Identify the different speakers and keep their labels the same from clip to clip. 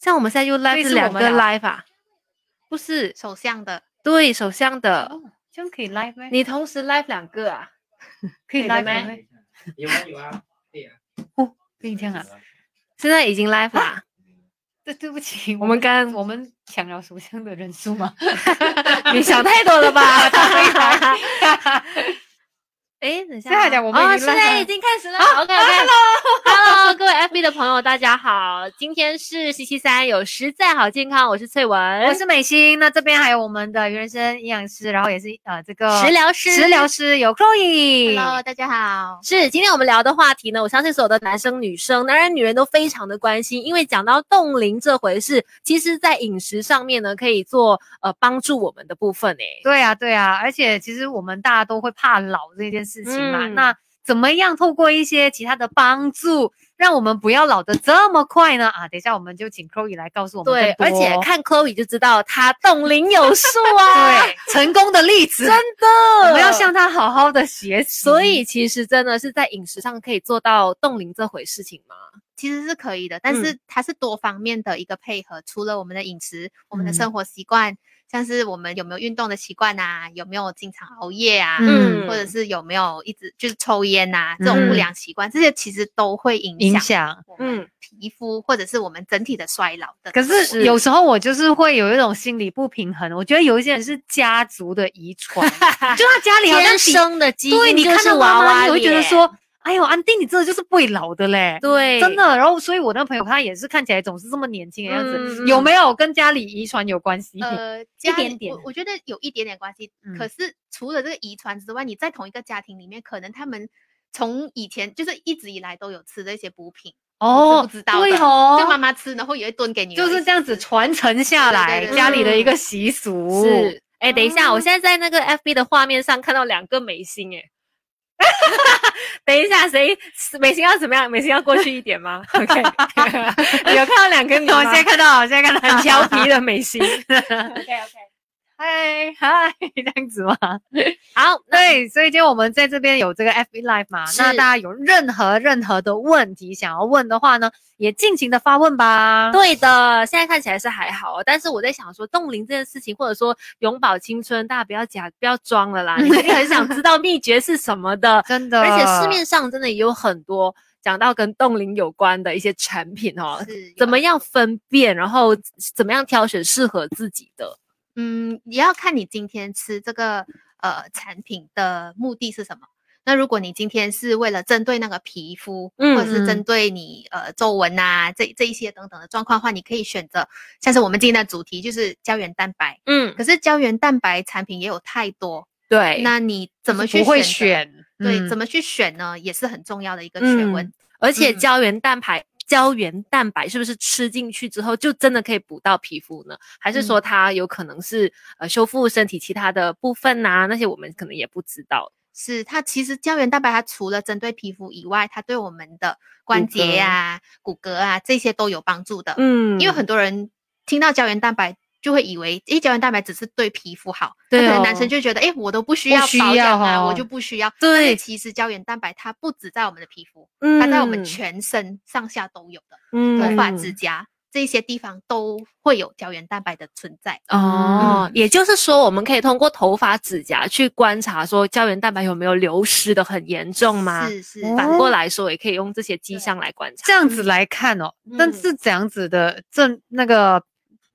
Speaker 1: 像我们现在就 live
Speaker 2: 以
Speaker 1: 是
Speaker 2: 是我
Speaker 1: 两
Speaker 2: 们
Speaker 1: 个
Speaker 2: 聊
Speaker 1: live 啊，不是
Speaker 2: 首相的
Speaker 1: 对首相的，
Speaker 2: 哦，这样可以 live 吗？
Speaker 1: 你同时 live 两个啊？
Speaker 2: 可
Speaker 1: 可
Speaker 2: 以
Speaker 1: 以的
Speaker 2: live
Speaker 1: 咩
Speaker 2: 吗？
Speaker 3: 有啊有啊，对呀、
Speaker 2: 可以这样啊？
Speaker 1: 现在已经 live 啦，
Speaker 2: 对，对不起，
Speaker 1: 我们刚
Speaker 2: 啊我们抢了首相的人数 吗？
Speaker 1: 你想太多了 吧？哎，等一下
Speaker 2: 现在
Speaker 1: 啊
Speaker 2: 讲我们已
Speaker 1: 哦，
Speaker 2: 经
Speaker 1: 现
Speaker 2: live
Speaker 1: 在
Speaker 2: 了啊
Speaker 1: 已经开始了。OK OK，Hello，Hello，各位 FB 的朋友，大家好，今天是星期三，有实在好健康，我是翠文，
Speaker 2: 我是美心，那这边还有我们的原生营养师，然后也是呃这个
Speaker 1: 食疗师，
Speaker 2: 食疗师有 Chloe，
Speaker 4: Hello，大家好。
Speaker 1: 是，今天我们聊的话题呢，我相信所有的男生、女生、男人、女人都非常的关心，因为讲到冻龄这回事，其实在饮食上面呢，可以做呃帮助我们的部分诶、
Speaker 2: 对啊，对啊，而且其实我们大家都会怕老这件事情嘛，
Speaker 1: 嗯
Speaker 2: 那怎么样透过一些其他的帮助，让我们不要老得这么快呢？啊，等一下我们就请 Chloe 来告诉我们
Speaker 1: 对，
Speaker 2: 更
Speaker 1: 而
Speaker 2: 多
Speaker 1: 且看 Chloe 就知道她冻龄有数 啊，
Speaker 2: 对成功的例子，
Speaker 1: 真的，
Speaker 2: 我们要向嗯他好好的学习。
Speaker 1: 所以其实真的是在饮食上可以做到冻龄这回事情吗？
Speaker 4: 其实是可以的，
Speaker 2: 嗯
Speaker 4: 但是它是多方面的一个配合，除了我们的饮食，我
Speaker 2: 嗯
Speaker 4: 们的生活习惯，像是我们有没有运动的习惯啊，有没有经常熬夜啊，
Speaker 1: 嗯
Speaker 4: 或者是有没有一直就是抽烟呐、这种
Speaker 1: 嗯
Speaker 4: 不良习惯，这些其实都会影
Speaker 2: 影
Speaker 4: 响
Speaker 2: 响，
Speaker 4: 我们
Speaker 1: 嗯，
Speaker 4: 皮肤或者是我们整体的衰老的。
Speaker 2: 可
Speaker 1: 是
Speaker 2: 是有时候我就是会有一种心理不平衡，我觉得有一些人是家族的遗 传，就他家里好像
Speaker 1: 天
Speaker 2: 比
Speaker 1: 生的基因
Speaker 2: 对你
Speaker 1: 就
Speaker 2: 看
Speaker 1: 是
Speaker 2: 到
Speaker 1: 娃
Speaker 2: 妈妈，
Speaker 1: 娃
Speaker 2: 你会觉得
Speaker 1: 脸
Speaker 2: 说，哎呦，安迪你真的就是不会老的嘞。
Speaker 1: 对，
Speaker 2: 真的，然后所以我那个朋友他也是看起来总是这么年轻的样子，
Speaker 1: 嗯
Speaker 2: 有
Speaker 1: 嗯
Speaker 2: 没有跟家里遗传有关系？
Speaker 4: 呃，
Speaker 2: 一
Speaker 4: 家
Speaker 2: 点
Speaker 4: 里
Speaker 2: 点啊
Speaker 4: 我我觉得有一点点关系。
Speaker 2: 嗯
Speaker 4: 可是除了这个遗传之外，你在同一个家庭里面，可能他们从以前就是一直以来都有吃的一些补品，
Speaker 2: 哦
Speaker 4: 不知道
Speaker 2: 对
Speaker 4: 的就妈
Speaker 2: 哦，
Speaker 4: 妈吃，然后也会炖给你，
Speaker 2: 就是这样子传承下
Speaker 4: 对对
Speaker 2: 来
Speaker 4: 对对
Speaker 2: 家里的一
Speaker 1: 嗯
Speaker 2: 个习俗。
Speaker 1: 是。哎、等一下，我
Speaker 2: 哦
Speaker 1: 现在在那个 FB 的画面上看到两个美心、哎， 等一下，谁美心要怎么样？美心要过去一点吗？OK，有看到两个女
Speaker 2: 我
Speaker 1: 吗？
Speaker 2: 现在看到，我现在看到
Speaker 1: 很调皮的美心。
Speaker 4: OK OK。
Speaker 2: 嗨嗨，这样子吗？
Speaker 1: 好， 那
Speaker 2: 对，所以今天我们在这边有这个 FB Live 嘛，那
Speaker 1: 是
Speaker 2: 大家有任何任何的问题想要问的话呢，也尽情的发问吧。。
Speaker 1: 对的，现在看起来是还好哦，但是我在想说，冻龄这件事情，或者说永葆青春，大家不要假，不要装了啦，你一定很想知道秘诀是什么的
Speaker 2: 真的，
Speaker 1: 而且市面上真的也有很多讲到跟冻龄有关的一些产品哦，
Speaker 4: 是
Speaker 1: 怎么？样分辨，然后怎么样挑选适合自己的。
Speaker 4: 嗯，也要看你今天吃这个呃产品的目的是什么。那如果你今天是为了针对那个皮肤，或者是
Speaker 2: 嗯嗯
Speaker 4: 针对你呃皱纹啊这这一些等等的状况的话，你可以选择像是我们今天的主题就是胶原蛋白。
Speaker 1: 嗯，
Speaker 4: 可是胶原蛋白产品也有太多，
Speaker 1: 对，
Speaker 4: 那你怎么
Speaker 2: 就是
Speaker 4: 去
Speaker 2: 不会
Speaker 4: 择
Speaker 2: 选？嗯
Speaker 4: 对，怎
Speaker 2: 么
Speaker 4: 么去选呢？也是很重要的一个学问。
Speaker 1: 嗯而且
Speaker 4: 嗯
Speaker 1: 胶原蛋白、胶原蛋白是不是吃进去之后就真的可以补到皮肤呢？还是说
Speaker 4: 嗯
Speaker 1: 它有可能是、呃修复身体其他的部分呐、那些我们可能也不知道。
Speaker 4: 是它其实胶原蛋白，它除了针对皮肤以外，它对我们的关
Speaker 1: 骨
Speaker 4: 节
Speaker 1: 骼
Speaker 4: 啊、骨骼啊这些都有帮助的。
Speaker 1: 嗯
Speaker 4: 因为很多人听到胶原蛋白就会以为，诶，胶原蛋白只是对皮肤好，那
Speaker 1: 对
Speaker 4: 可能
Speaker 1: 哦
Speaker 4: 男生就觉得，诶，我都不需
Speaker 2: 不
Speaker 4: 要
Speaker 2: 需
Speaker 4: 保
Speaker 2: 要
Speaker 4: 养啊，我
Speaker 2: 哦
Speaker 4: 就不需要。但是
Speaker 1: 对，
Speaker 4: 其实胶原蛋白它不止在我们的皮肤，
Speaker 1: 它
Speaker 4: 它在我们全身上下都有的，头发、
Speaker 1: 嗯
Speaker 4: 指甲这些地方都会有胶原蛋白的存在。
Speaker 1: 哦，也就是说，我们可以通过头发、指甲去观察，说胶原蛋白有没有流失的很严重吗？
Speaker 4: 是是，
Speaker 2: 哦
Speaker 1: 反过来说，也可以用这些迹
Speaker 4: 对
Speaker 1: 象来观察。
Speaker 2: 这样子来看哦？但
Speaker 1: 嗯
Speaker 2: 是怎样子的症那个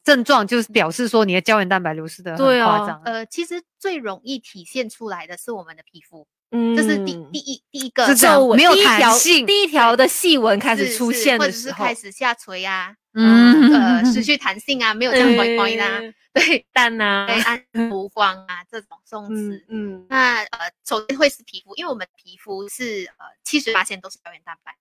Speaker 2: 症状，就是表示说你的胶原蛋白流失的很
Speaker 1: 对
Speaker 2: 夸
Speaker 1: 啊
Speaker 2: 张，
Speaker 4: 呃，其实最容易体现出来的是我们的皮肤，
Speaker 1: 嗯
Speaker 4: 这是第第一第一个
Speaker 2: 是这样
Speaker 1: 皱纹
Speaker 2: 没有
Speaker 1: 呃第一
Speaker 2: 弹
Speaker 1: 条
Speaker 2: 性
Speaker 1: 第一条的细纹开始
Speaker 4: 是
Speaker 1: 出
Speaker 4: 是
Speaker 1: 现
Speaker 4: 或
Speaker 1: 的
Speaker 4: 者
Speaker 1: 时
Speaker 4: 是
Speaker 1: 候，
Speaker 4: 开始下垂啊，
Speaker 2: 嗯
Speaker 4: 呃，失去弹性啊，没有这样乖乖 啦，
Speaker 1: 嗯
Speaker 4: 对，
Speaker 1: 蛋呐、
Speaker 4: 对，安浮光啊这种松弛。
Speaker 1: 嗯
Speaker 4: 那呃，首先会是皮肤，因为我们皮肤是呃七十八线都是胶原蛋白，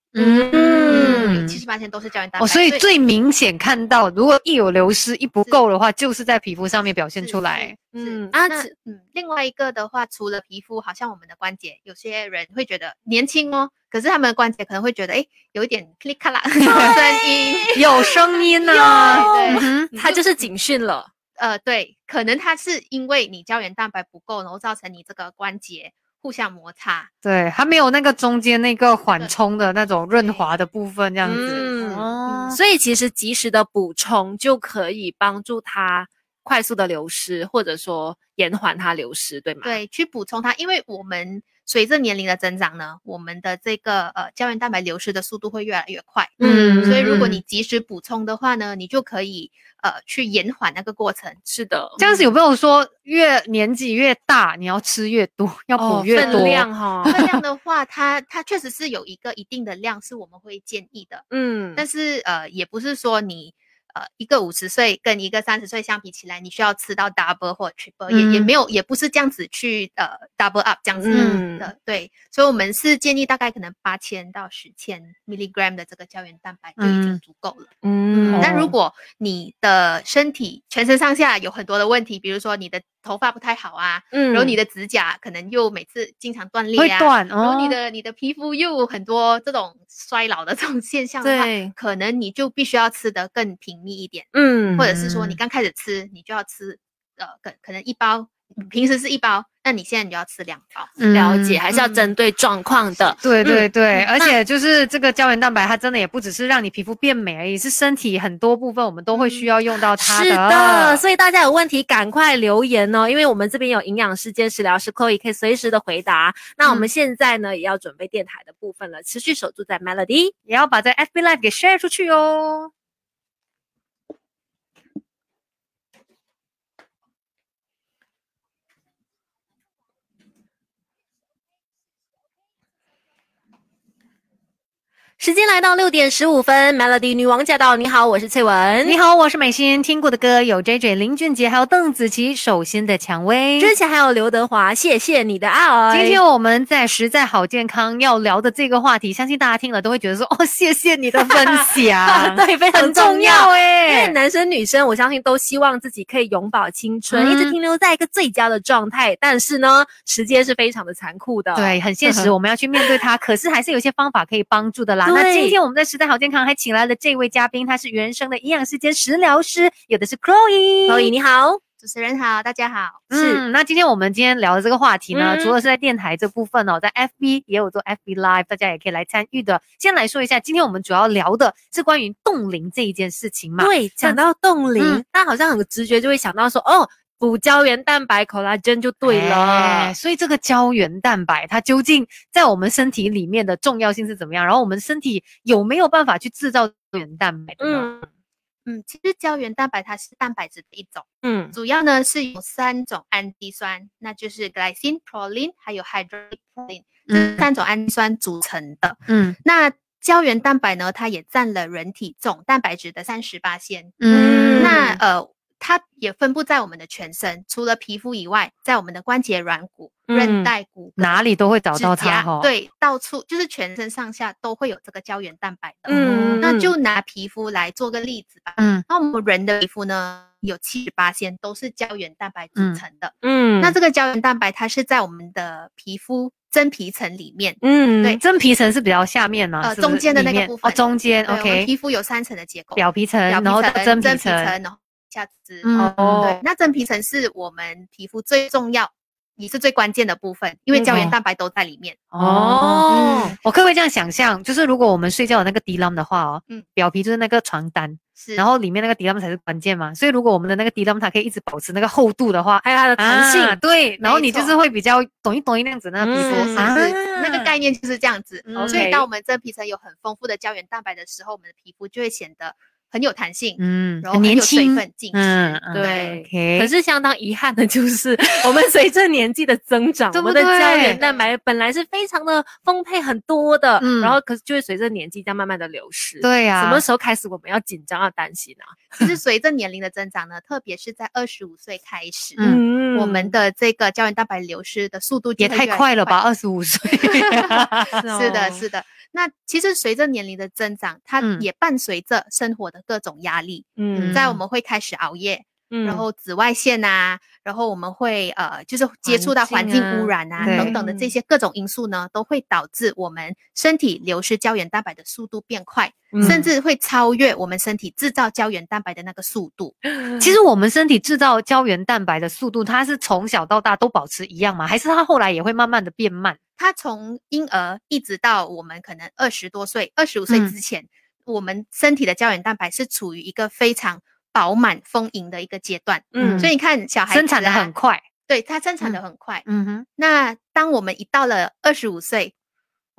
Speaker 2: 嗯
Speaker 4: 七十八线都是胶原蛋白，
Speaker 2: 哦，所以
Speaker 4: 最
Speaker 2: 最明显看到，如果一有流失一不够的话，就是在皮肤上面表现
Speaker 4: 是
Speaker 2: 出来。。
Speaker 4: 是是
Speaker 1: 嗯啊
Speaker 4: 那
Speaker 1: 只
Speaker 4: 嗯，另外一个的话，除了皮肤，好像我们的关节，有些人会觉得年轻哦，可是他们的关节可能会觉得，哎，有一点 click 啦 声音，
Speaker 2: 有声音呢、
Speaker 4: 有
Speaker 2: 嗯哼
Speaker 1: 它就是警讯了。
Speaker 4: 呃，对，可能它是因为你胶原蛋白不够，然后造成你这个关节互相摩擦，
Speaker 2: 对，它没有那个中间那个缓冲的那种润滑的部分，这样子。
Speaker 1: 嗯
Speaker 2: 啊
Speaker 1: 所以其实及时的补充就可以帮助它快速的流失，或者说延缓它流失，对吗？，
Speaker 4: 对，去补充它，因为我们随着年龄的增长呢，我们的这个呃胶原蛋白流失的速度会越来越快。
Speaker 1: 嗯
Speaker 4: 所以如果
Speaker 1: 嗯
Speaker 4: 你及时补充的话呢，你就可以呃去延缓那个过程。
Speaker 1: 是的，
Speaker 2: 这样子有没有说越年纪越大，你要吃越多，要补越
Speaker 1: 哦分
Speaker 2: 多？
Speaker 1: 量哈、
Speaker 4: 分量的话，它它确实是有一个一定的量是我们会建议的，
Speaker 1: 嗯，
Speaker 4: 但是呃也不是说你。呃，一个五十岁跟一个三十岁相比起来，你需要吃到 double 或 triple，、也也
Speaker 1: 嗯
Speaker 4: 没有，也不是这样子去呃 double up 这样子
Speaker 1: 嗯
Speaker 4: 的，对，所以我们是建议大概可能八千到十千 milligram 的这个胶原蛋白就已经
Speaker 2: 嗯
Speaker 4: 足够了。
Speaker 1: 嗯，
Speaker 4: 那如
Speaker 2: 哦
Speaker 4: 果你的身体全身上下有很多的问题，比如说你的头发不太好啊，
Speaker 1: 嗯
Speaker 4: 然后你的指甲可能又每次经常断裂
Speaker 2: 会
Speaker 4: 啊，
Speaker 2: 断
Speaker 4: 然
Speaker 2: 哦
Speaker 4: 后。你的你的皮肤又有很多这种衰老的这种现象的话，
Speaker 1: 对，
Speaker 4: 可能你就必须要吃得更频密一点，
Speaker 1: 嗯，
Speaker 4: 或者是说你
Speaker 2: 嗯
Speaker 4: 刚开始吃，你就要吃呃，可可能一包，平时是一包，那你现在你就要吃两包。
Speaker 1: 了解，
Speaker 2: 嗯
Speaker 1: 还是要
Speaker 4: 嗯
Speaker 1: 针对状况的。
Speaker 2: 对对对，
Speaker 1: 嗯
Speaker 2: 而且就是这个胶原蛋白，它真的也不只是让你皮肤变美而已，是身体很多部分我们都会需要用到它
Speaker 1: 嗯是的，
Speaker 2: 的。
Speaker 1: 所以大家有问题赶快留言哦，因为我们这边有营养师兼食疗师 Chloe 可以随时的回答。
Speaker 2: 嗯
Speaker 1: 那我们现在呢，也要准备电台的部分了，持续守住在 Melody。
Speaker 2: 也要把这 FB Live 给 share 出去哦。
Speaker 1: 时间来到六点十五分，Melody 女王驾到！你好，我是翠文。
Speaker 2: 你好，我是美心。听过的歌有 J J、林俊杰，还有邓紫棋《手心的蔷薇》。
Speaker 1: 之前还有刘德华，谢谢你的爱。
Speaker 2: 今天我们在实在好健康要聊的这个话题，相信大家听了都会觉得说，哦，谢谢你 的分
Speaker 1: 啊，
Speaker 2: 享，
Speaker 1: 对，非常
Speaker 2: 很重
Speaker 1: 重
Speaker 2: 要
Speaker 1: 要。因
Speaker 2: 哎、
Speaker 1: 为男生女生，我相信都希望自己可以永葆青春，
Speaker 2: 嗯
Speaker 1: 一直停留在一个最佳的状态。但是呢，时间是非常的残酷的。
Speaker 2: 对，很
Speaker 1: 嗯
Speaker 2: 现实，我们要去面对它。可是还是有一些方法可以帮助的啦。那
Speaker 1: 对
Speaker 2: 今天我们在时代好健康还请来了这位嘉宾，他是原生的营养师兼食疗师，有的是 Chloe。
Speaker 1: 所以你好，
Speaker 4: 主持人好，大家好。
Speaker 1: 是
Speaker 2: 嗯，那今天我们今天聊的这个话题呢，
Speaker 1: 嗯
Speaker 2: 除了是在电台这部分哦，在 FB 也有做 FB Live，大家也可以来参与的。先来说一下，今天我们主要聊的是关于冻龄这一件事情嘛。
Speaker 1: 对，讲到冻龄，
Speaker 2: 嗯
Speaker 1: 大家好像很直觉就会想到说，哦，补胶原蛋白 collagen 就对了。
Speaker 2: 哎所以这个胶原蛋白它究竟在我们身体里面的重要性是怎么样？然后我们身体有没有办法去制造胶原蛋白的呢？
Speaker 1: 嗯
Speaker 4: 嗯，其实胶原蛋白它是蛋白质的一种，
Speaker 1: 嗯
Speaker 4: 主要呢是有三种氨基酸，那就是 glycine、proline 还有 hydroxyproline 这三种氨基酸组成的。
Speaker 2: 嗯
Speaker 4: 那胶原蛋白呢，它也占了人体总蛋白质的三十八先。
Speaker 1: 嗯
Speaker 4: 那呃，它也分布在我们的全身，除了皮肤以外，在我们的关节、软骨、
Speaker 1: 嗯
Speaker 4: 韧带、骨骼、
Speaker 2: 哪里都会找
Speaker 4: 指
Speaker 2: 到它
Speaker 4: 甲
Speaker 2: 哈、，
Speaker 4: 对，到处就是全身上下都会有这个胶原蛋白的。
Speaker 1: 嗯，
Speaker 4: 那就拿皮肤来做个例子吧。
Speaker 2: 嗯
Speaker 4: 那我们人的皮肤呢，有七十八线都是胶原蛋白组
Speaker 2: 嗯
Speaker 4: 成的。
Speaker 1: 嗯
Speaker 4: 那这个胶原蛋白它是在我们的皮肤真皮层里面。
Speaker 1: 嗯
Speaker 4: 对
Speaker 2: 真皮层是比较下面嘛，
Speaker 4: 呃
Speaker 2: 是不是
Speaker 4: 中间的那个
Speaker 2: 里面
Speaker 4: 部分
Speaker 2: 哦，中间
Speaker 4: 对我们
Speaker 2: OK，
Speaker 4: 皮肤有三层的结构，
Speaker 2: 表皮层，
Speaker 4: 表
Speaker 2: 然后到真
Speaker 4: 层、
Speaker 2: 皮
Speaker 4: 真皮
Speaker 2: 层，
Speaker 4: 层，然后下肢。
Speaker 2: 嗯
Speaker 4: 对
Speaker 1: 哦，，
Speaker 4: 那真皮层是我们皮肤最重要也是最关键的部分，因为胶
Speaker 2: 嗯
Speaker 4: 原蛋白都在里面。
Speaker 2: 哦。
Speaker 1: 哦，
Speaker 2: 我可不可以这样想象，就是如果我们睡觉的那个迪拉的话哦，
Speaker 4: 嗯
Speaker 2: 表皮就是那个床单，
Speaker 4: 是，
Speaker 2: 然后里面那个迪拉才是关键嘛。所以如果我们的那个迪拉它可以一直保持那个厚度的话，
Speaker 1: 还有它的弹性，
Speaker 2: 啊对，然后你
Speaker 4: 没
Speaker 2: 就
Speaker 4: 错
Speaker 2: 是会比较懂一懂一那样子那个皮
Speaker 4: 是
Speaker 2: 肤
Speaker 4: 是
Speaker 1: 嗯
Speaker 4: 是，
Speaker 2: 啊
Speaker 4: 那个概念就是这样子。哦
Speaker 2: 嗯
Speaker 4: 所以
Speaker 1: OK
Speaker 4: 当我们真皮层有很丰富的胶原蛋白的时候，我们的皮肤就会显得很有弹性，
Speaker 2: 嗯，
Speaker 4: 然后
Speaker 2: 很
Speaker 4: 很
Speaker 2: 年
Speaker 4: 有水
Speaker 2: 轻，
Speaker 4: 分紧实。
Speaker 2: 嗯，
Speaker 1: 对
Speaker 2: OK，
Speaker 1: 可是相当遗憾的就是，我们随着年纪的增长，
Speaker 2: 对
Speaker 1: 我们
Speaker 2: 不
Speaker 1: 的胶
Speaker 2: 对
Speaker 1: 原蛋白本来是非常的丰沛很多的，
Speaker 2: 嗯
Speaker 1: 然后可是就会随着年纪这样慢慢的流失。、
Speaker 2: 对啊呀、
Speaker 1: 什么时候开始我们要紧张要担心啊？
Speaker 4: 其实随着年龄的增长呢，特别是在二十五岁开始，
Speaker 2: 嗯
Speaker 1: 嗯
Speaker 4: 我们的这个胶原蛋白流失的速度就
Speaker 2: 也
Speaker 4: 会越来
Speaker 2: 太
Speaker 4: 越
Speaker 2: 快了吧，！二十五 岁，
Speaker 4: 是
Speaker 1: 哦
Speaker 4: 的，是的。那其实随着年龄的增长，它
Speaker 2: 嗯
Speaker 4: 也伴随着生活的各种压力，
Speaker 1: 嗯
Speaker 4: 在我们会开始熬夜，
Speaker 1: 嗯
Speaker 4: 然后紫外线啊，然后我们会呃，就是接
Speaker 1: 环
Speaker 4: 触到环境
Speaker 1: 境啊
Speaker 4: 污染啊
Speaker 2: 对
Speaker 4: 等等的这些各种因素呢，都会导致我们身体流失胶原蛋白的速度变快，
Speaker 1: 嗯
Speaker 4: 甚至会超越我们身体制造胶原蛋白的那个速度。
Speaker 2: 其实我们身体制造胶原蛋白的速度，它是从小到大都保持一样吗？还是它后来也会慢慢的变慢？
Speaker 4: 它从婴儿一直到我们可能二十多岁、二十五岁
Speaker 2: 嗯
Speaker 4: 之前。我们身体的胶原蛋白是处于一个非常饱满丰盈的一个阶段，
Speaker 1: 嗯，
Speaker 4: 所以你看小孩
Speaker 2: 生
Speaker 4: 子
Speaker 2: 产的
Speaker 4: 啊
Speaker 2: 很，快，
Speaker 4: 对，它生产的很快。
Speaker 2: 嗯哼，
Speaker 4: 那当我们一到了二十五岁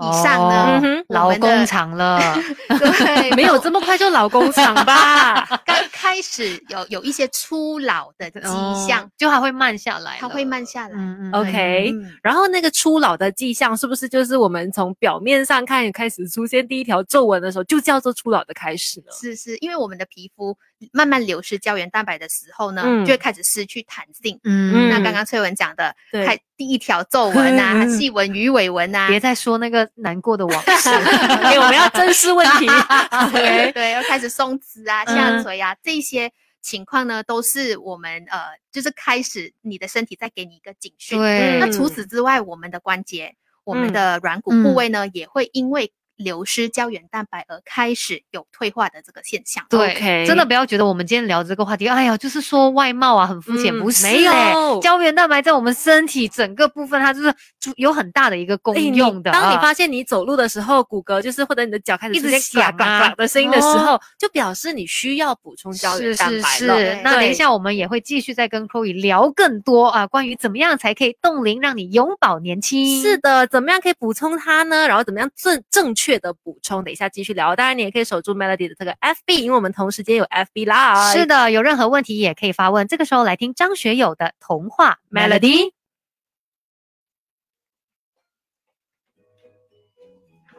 Speaker 4: 以上呢，
Speaker 1: 嗯哼
Speaker 4: 我
Speaker 2: 哦老
Speaker 4: 们
Speaker 2: 工
Speaker 4: 的
Speaker 2: 厂 了，
Speaker 4: 对，
Speaker 1: 没有这么快就老工 厂吧？
Speaker 4: 刚开始有有一些初老的迹象
Speaker 2: 哦，就它会慢下来了，
Speaker 4: 它会慢下来。
Speaker 2: 嗯，嗯嗯
Speaker 1: OK
Speaker 4: 嗯
Speaker 1: 然后那个初老的迹象，是不是就是我们从表面上看开始出现第一条皱纹的时候，就叫做初老的开始呢？
Speaker 4: 是是，因为我们的皮肤慢慢流失胶原蛋白的时候呢，
Speaker 1: 嗯
Speaker 4: 就会开始失去弹性。
Speaker 2: 嗯，
Speaker 4: 那
Speaker 1: 嗯
Speaker 4: 刚刚翠文讲的，
Speaker 1: 对
Speaker 4: 开第一条皱纹啊、细纹、鱼尾纹啊，
Speaker 2: 别再说那个难过的往 事。
Speaker 1: 哎 OK，我们要正视问 题。OK，哎
Speaker 4: 对，要开始松弛啊、
Speaker 1: 嗯
Speaker 4: 下垂啊、这些情况呢，都是我们呃，就是开始你的身体在给你一个警讯。
Speaker 2: 对，
Speaker 4: 那除此之外，我们的关节、我
Speaker 1: 嗯
Speaker 4: 们的软骨部位呢，也会因为流失胶原蛋白而开始有退化的这个现象。
Speaker 2: 对
Speaker 1: OK
Speaker 2: 真的不要觉得我们今天聊这个话题，哎呀，就是说外貌啊很肤浅，
Speaker 1: 嗯
Speaker 2: 不是、欸，
Speaker 1: 没有
Speaker 2: 胶原蛋白在我们身体整个部分，它就是主有很大的一个功
Speaker 1: 哎你
Speaker 2: 用的啊、
Speaker 1: 当你发现你走路的时候，骨骼就是或者你的脚开始
Speaker 2: 一
Speaker 1: 出
Speaker 2: 直
Speaker 1: 现嘎
Speaker 2: 响啊
Speaker 1: 嘎嘎的声音的时候，就表示你需要补充胶
Speaker 2: 是
Speaker 1: 原蛋
Speaker 2: 是
Speaker 1: 白
Speaker 2: 是
Speaker 1: 了。，
Speaker 2: 那等一
Speaker 1: 对
Speaker 2: 下我们也会继续再跟 Chloe 聊更多啊，关于怎么样才可以冻龄，让你永葆年轻。
Speaker 4: 嗯
Speaker 1: 是的，怎么样可以补充它呢？然后怎么样正正确的补充？等一下继续聊。当然，你也可以守住 Melody 的这个 FB，因为我们同时间有 FB Live。
Speaker 2: 是的，有任何问题也可以发问。这个时候来听张学友的《童话 Melody》。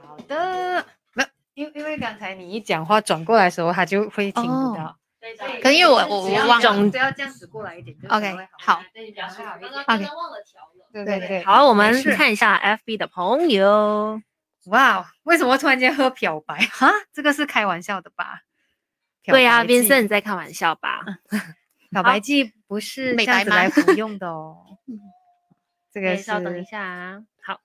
Speaker 2: 好的，没有，因因为刚才你一讲话转过来的时候，他就会听不到。
Speaker 4: 可能因为我我
Speaker 2: 只要
Speaker 4: 我忘了。
Speaker 1: 总
Speaker 2: 只要这样子过来一点就
Speaker 4: OK，好，刚刚
Speaker 2: 忘了调了。对对
Speaker 4: 对对
Speaker 2: 对，
Speaker 1: 好，我们
Speaker 2: 没事
Speaker 1: 看一下 FB 的朋友。
Speaker 2: 哇，哦为什么突然间喝漂白？哈，这个是开玩笑的吧？漂
Speaker 1: 对呀、
Speaker 2: 白
Speaker 1: v
Speaker 2: 剂
Speaker 1: i n c e n t 你在开玩笑吧？
Speaker 2: 漂白剂不是这
Speaker 4: 美
Speaker 2: 样
Speaker 4: 白
Speaker 2: 子
Speaker 4: 吗
Speaker 2: 来服用的 哦。这
Speaker 1: 可
Speaker 2: 个
Speaker 1: 以
Speaker 2: 是
Speaker 1: 稍等一下啊。好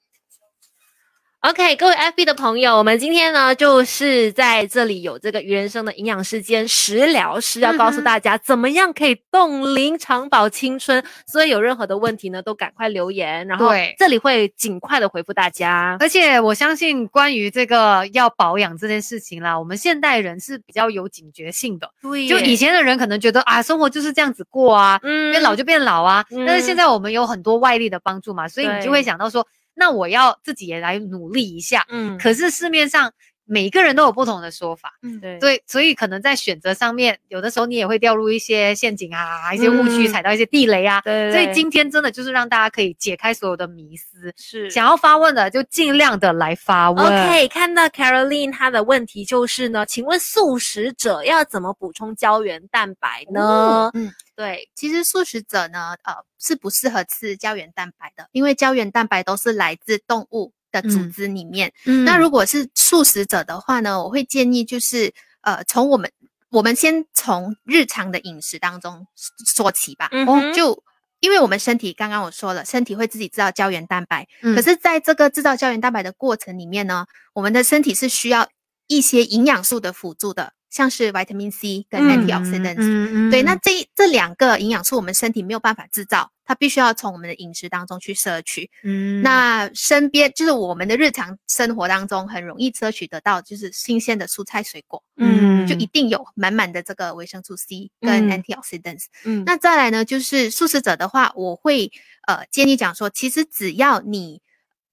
Speaker 1: ，OK，各位 FB 的朋友，我们今天呢就是在这里有这个鱼人生的营养师兼食疗师，要告诉
Speaker 2: 嗯哼
Speaker 1: 大家怎么样可以冻龄长保青春。所以有任何的问题呢，都赶快留言，然后
Speaker 2: 对呃
Speaker 1: 这里会尽快的回复大家。
Speaker 2: 而且我相信，关于这个要保养这件事情啦，我们现代人是比较有警觉性的。
Speaker 1: 对
Speaker 2: 就以，前的人可能觉得啊，生活就是这样子过啊，
Speaker 1: 嗯
Speaker 2: 变老就变老啊。
Speaker 1: 嗯
Speaker 2: 但是现在我们有很多外力的帮助嘛，所以你就会
Speaker 1: 对
Speaker 2: 想到说，那我要自己也来努力一下。
Speaker 1: 嗯，
Speaker 2: 可是市面上每个人都有不同的说法，
Speaker 4: 嗯，
Speaker 1: 对
Speaker 2: 对，所以可能在选择上面，有的时候你也会掉入一些陷阱啊，一些误
Speaker 1: 嗯
Speaker 2: 区，踩到一些地雷啊。
Speaker 1: 对，
Speaker 2: 所以
Speaker 1: 对
Speaker 2: 今天真的就是让大家可以解开所有的迷思，
Speaker 1: 是
Speaker 2: 想要发问的就尽量的来发问。
Speaker 1: OK，看到 Caroline 她的问题就是呢，请问素食者要怎么补充胶原蛋白呢？
Speaker 4: 哦嗯
Speaker 1: 对，
Speaker 4: 其实素食者呢，呃，是不适合吃胶原蛋白的，因为胶原蛋白都是来自动物的组
Speaker 2: 嗯
Speaker 4: 织里面。
Speaker 2: 嗯
Speaker 4: 那如果是素食者的话呢，我会建议就是呃，从我们我们先从日常的饮食当中说起吧。
Speaker 1: 嗯
Speaker 2: 哦
Speaker 1: 哼
Speaker 4: 就因为我们身体刚刚我说了，身体会自己制造胶原蛋白，
Speaker 2: 嗯
Speaker 4: 可是在这个制造胶原蛋白的过程里面呢，我们的身体是需要一些营养素的辅助的，像是 vitamin C 跟
Speaker 1: 嗯
Speaker 4: antioxidants。
Speaker 2: 嗯
Speaker 4: 对，那这一这两个营养素我们身体没有办法制造，它必须要从我们的饮食当中去摄取。
Speaker 2: 嗯
Speaker 4: 那身边就是我们的日常生活当中很容易摄取得到，就是新鲜的蔬菜水果，
Speaker 1: 嗯
Speaker 4: 就一定有满满的这个维生素 C
Speaker 1: 嗯
Speaker 4: 跟 antioxidants。
Speaker 1: 嗯
Speaker 4: 那再来呢，就是素食者的话，我会呃建议讲说，其实只要你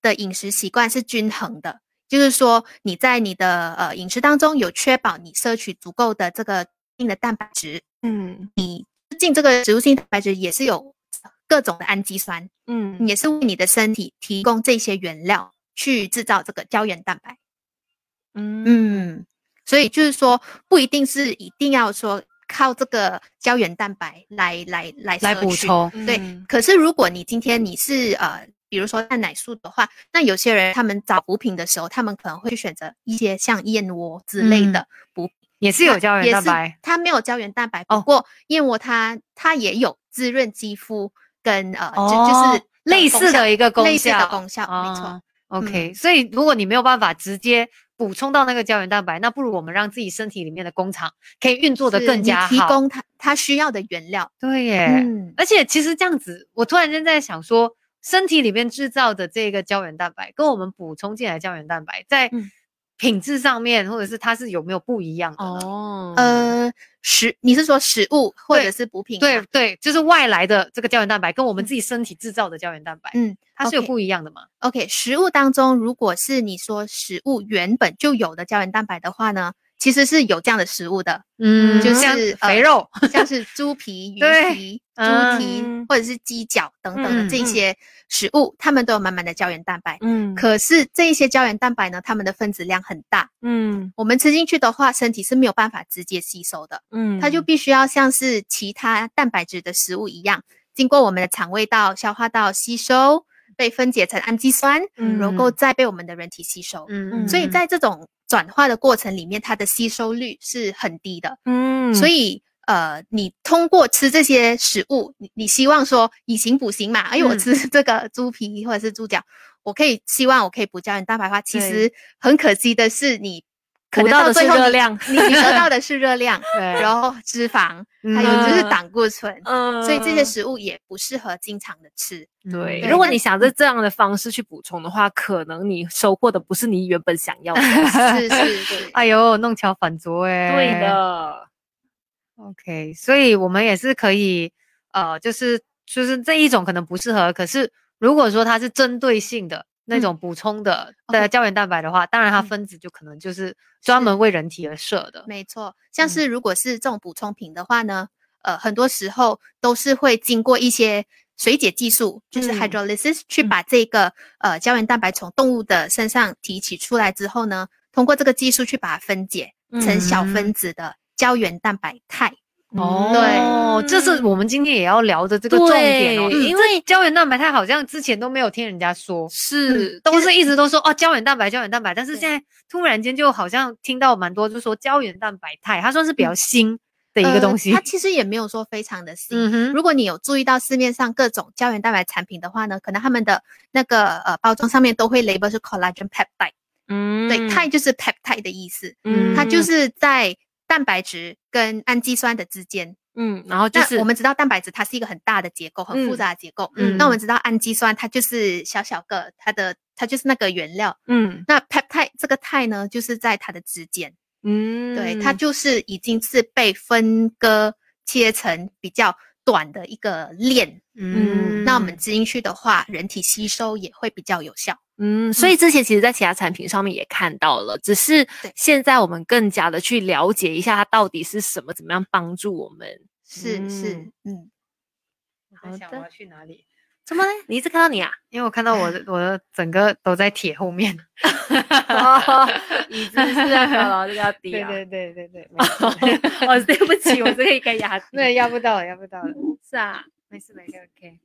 Speaker 4: 的饮食习惯是均衡的，就是说你在你的呃饮食当中有确保你摄取足够的这个硬的蛋白质，
Speaker 1: 嗯
Speaker 4: 进这个植物性蛋白质也是有各种的氨基酸，
Speaker 1: 嗯
Speaker 4: 也是为你的身体提供这些原料去制造这个胶原蛋白。
Speaker 1: 嗯
Speaker 4: 嗯，所以就是说，不一定是一定要说靠这个胶原蛋白来来来
Speaker 2: 来
Speaker 4: 摄
Speaker 2: 补
Speaker 4: 取。
Speaker 2: 充，
Speaker 1: 嗯
Speaker 4: 对可是如果你今天你是呃，比如说蛋奶素的话，那有些人他们找补品的时候，他们可能会选择一些像燕窝之类的补品，
Speaker 2: 也是有胶
Speaker 4: 也
Speaker 2: 原蛋
Speaker 4: 嗯是
Speaker 2: 白。
Speaker 4: 它没有胶原蛋白，
Speaker 2: 哦
Speaker 4: 不过燕窝它它也有滋润肌肤跟呃，就
Speaker 2: 哦
Speaker 4: 就是
Speaker 2: 类
Speaker 4: 功
Speaker 2: 似的
Speaker 4: 效
Speaker 2: 一个功
Speaker 4: 类似的
Speaker 2: 效
Speaker 4: 功效，没错。嗯
Speaker 2: 哦。OK，、所以如果你没有办法直接补充到那个胶原蛋白，那不如我们让自己身体里面的工厂可以运作的
Speaker 4: 是
Speaker 2: 更
Speaker 4: 你
Speaker 2: 加好。
Speaker 4: 提供它它需要的原料。
Speaker 2: 对耶，
Speaker 4: 嗯，
Speaker 2: 而且其实这样子，我突然间在想说，身体里面制造的这个胶原蛋白跟我们补充进来的胶原蛋白在
Speaker 4: 嗯
Speaker 2: 品质上面，或者是它是有没有不一样的呢？
Speaker 1: 哦，
Speaker 4: 呃，食你是说食物或
Speaker 2: 嗯对
Speaker 4: 者是补品？
Speaker 2: 对，对，就是外来的这个胶原蛋白跟我们自己身体制造的胶原蛋白，
Speaker 4: 嗯，
Speaker 2: 它是有
Speaker 4: OK
Speaker 2: 不一样的嘛？
Speaker 4: OK，食物当中，如果是你说食物原本就有的胶原蛋白的话呢，其实是有这样的食物的，
Speaker 2: 嗯
Speaker 4: 就
Speaker 2: 像
Speaker 4: 是
Speaker 2: 肥
Speaker 4: 呃
Speaker 2: 肉，
Speaker 4: 像是猪皮、鱼
Speaker 2: 对
Speaker 4: 皮、猪蹄
Speaker 1: 嗯
Speaker 4: 或者是鸡脚等等
Speaker 2: 嗯
Speaker 4: 的这
Speaker 1: 嗯
Speaker 4: 些食物，它们都有满满的胶原蛋白。
Speaker 1: 嗯
Speaker 4: 可是这一些胶原蛋白呢，它们的分子量很大，
Speaker 1: 嗯
Speaker 4: 我们吃进去的话，身体是没有办法直接吸收的，
Speaker 1: 嗯，
Speaker 4: 它就必须要像是其他蛋白质的食物一样，经过我们的肠胃道、消化道吸收，被分解成氨基酸，然后
Speaker 2: 嗯
Speaker 4: 再被我们的人体吸收。
Speaker 2: 嗯
Speaker 4: 所以在这种转化的过程里面，它的吸收率是很低的。
Speaker 1: 嗯，
Speaker 4: 所以呃，你通过吃这些食物，你你希望说以形补形嘛？哎呦，我
Speaker 1: 嗯
Speaker 4: 吃 这个猪皮或者是猪脚，我可以希望我可以补胶原蛋白化。其
Speaker 1: 对
Speaker 4: 实很可惜的是，你可
Speaker 1: 补
Speaker 4: 能
Speaker 1: 到的
Speaker 4: 最
Speaker 1: 是
Speaker 4: 后
Speaker 1: 热
Speaker 4: 你
Speaker 1: 量
Speaker 4: 你 你得到的是热量，
Speaker 2: 对，
Speaker 4: 然后脂肪，还有
Speaker 1: 嗯
Speaker 4: 就是胆固醇。
Speaker 1: 嗯，
Speaker 4: 所以这些食物也不适合经常的吃，
Speaker 2: 嗯
Speaker 1: 对，
Speaker 4: 对
Speaker 1: 如果
Speaker 4: 那
Speaker 1: 你想着这样的方式去补充的话，可能你收获的不是你原本想要的。
Speaker 4: 是是是，
Speaker 2: 哎呦，弄巧反拙哎、
Speaker 1: 对的，
Speaker 2: OK，所以我们也是可以，呃，就是就是这一种可能不适合，可是如果说它是针对性的那
Speaker 4: 嗯
Speaker 2: 种补充的
Speaker 4: ，OK
Speaker 2: 的胶原蛋白的话，当然它
Speaker 4: 嗯
Speaker 2: 分子就可能就是专门为人体而设的。
Speaker 4: 没错。像
Speaker 2: 嗯
Speaker 4: 是如果是这种补充品的话呢，呃，很多时候都是会经过一些水解技术，就是
Speaker 1: 嗯
Speaker 4: hydrolysis，去
Speaker 2: 嗯
Speaker 4: 把这个呃胶原蛋白从动物的身上提取出来之后呢，通过这个技术去把它分解成小
Speaker 2: 嗯
Speaker 4: 分子的胶原蛋白肽。
Speaker 2: 哦，这是我们今天也要聊的这个重点哦，
Speaker 1: 对
Speaker 2: 因为胶原蛋白它好像之前都没有听人家说，
Speaker 1: 是
Speaker 2: 都是一直都说哦胶原蛋白胶原蛋白，但是
Speaker 4: 对
Speaker 2: 现在突然间就好像听到蛮多就说胶原蛋白肽，它算是比较新的一个
Speaker 4: 呃
Speaker 2: 东西
Speaker 4: 它。其实也没有说非常的新。
Speaker 2: 嗯哼，
Speaker 4: 如果你有注意到市面上各种胶原蛋白产品的话呢，可能他们的那个呃包装上面都会 label 是 collagen peptide，、
Speaker 1: 嗯
Speaker 4: 对，肽就是 peptide 的意思，
Speaker 1: 嗯
Speaker 4: 它就是在蛋白质跟氨基酸的之间。
Speaker 1: 嗯，然后就
Speaker 4: 那
Speaker 1: 是
Speaker 4: 我们知道蛋白质它是一个很大的结构，很复
Speaker 1: 嗯
Speaker 4: 杂的结构。
Speaker 1: 嗯
Speaker 4: 那我们知道氨基酸它就是小小个，它的它就是那个原料。
Speaker 1: 嗯
Speaker 4: 那 peptide 这个肽呢，就是在它的之间。
Speaker 1: 嗯，
Speaker 4: 对，它就是已经是被分割切成比较短的一个链。
Speaker 1: 嗯
Speaker 4: 那我们吃进去的话，人体吸收也会比较有效。
Speaker 1: 嗯，所以之前其实，在其他产品上面也看到了，只是
Speaker 4: 对
Speaker 1: 现在我们更加的去了解一下它到底是什么，怎么样帮助我们。
Speaker 4: 是是，嗯，
Speaker 2: 好
Speaker 1: 想我
Speaker 2: 的，去哪里？
Speaker 1: 怎么呢？你一直看到你啊？
Speaker 2: 因为我看到我的我的整个都在铁后面。
Speaker 1: 哦， 椅子是那个了，这个要低
Speaker 2: 对
Speaker 1: 啊。
Speaker 2: 对对对对，
Speaker 1: 哦，对不起，我这个应该压低。
Speaker 2: 对，压不到了，压不到了，
Speaker 1: 是啊，
Speaker 2: 没事没事，OK。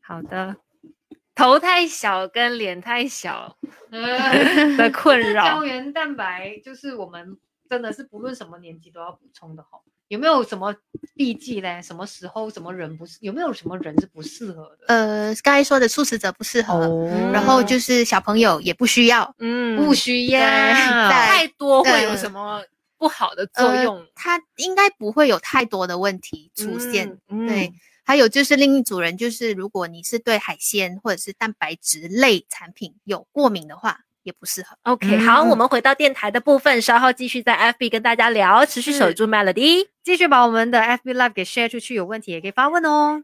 Speaker 1: 好的。 头太小跟脸太小
Speaker 2: 嗯
Speaker 1: 的困扰
Speaker 2: 胶，原蛋白就是我们真的是不论什么年纪都要补充的吼。有没有什么避忌嘞？什么时候什么人不是？有没有什么人是不适合的？
Speaker 4: 呃，刚才说的素食者不适合，
Speaker 2: 哦
Speaker 4: 然后就是小朋友也不需要。
Speaker 1: 嗯，
Speaker 2: 不需要，
Speaker 4: 在
Speaker 1: 太多会有
Speaker 4: 嗯
Speaker 1: 什么不好的作用
Speaker 2: 嗯
Speaker 4: 呃，它应该不会有太多的问题出现。
Speaker 1: 嗯？
Speaker 4: 对还有就是另一组人，就是如果你是对海鲜或者是蛋白质类产品有过敏的话，也不适合。
Speaker 1: 嗯，OK，好，
Speaker 2: 嗯
Speaker 1: 我们回到电台的部分，稍后继续在 FB 跟大家聊，持续守
Speaker 2: 是
Speaker 1: 住 Melody。
Speaker 2: 继续把我们的 FB Live 给 share 出去，有问题也可以发问哦。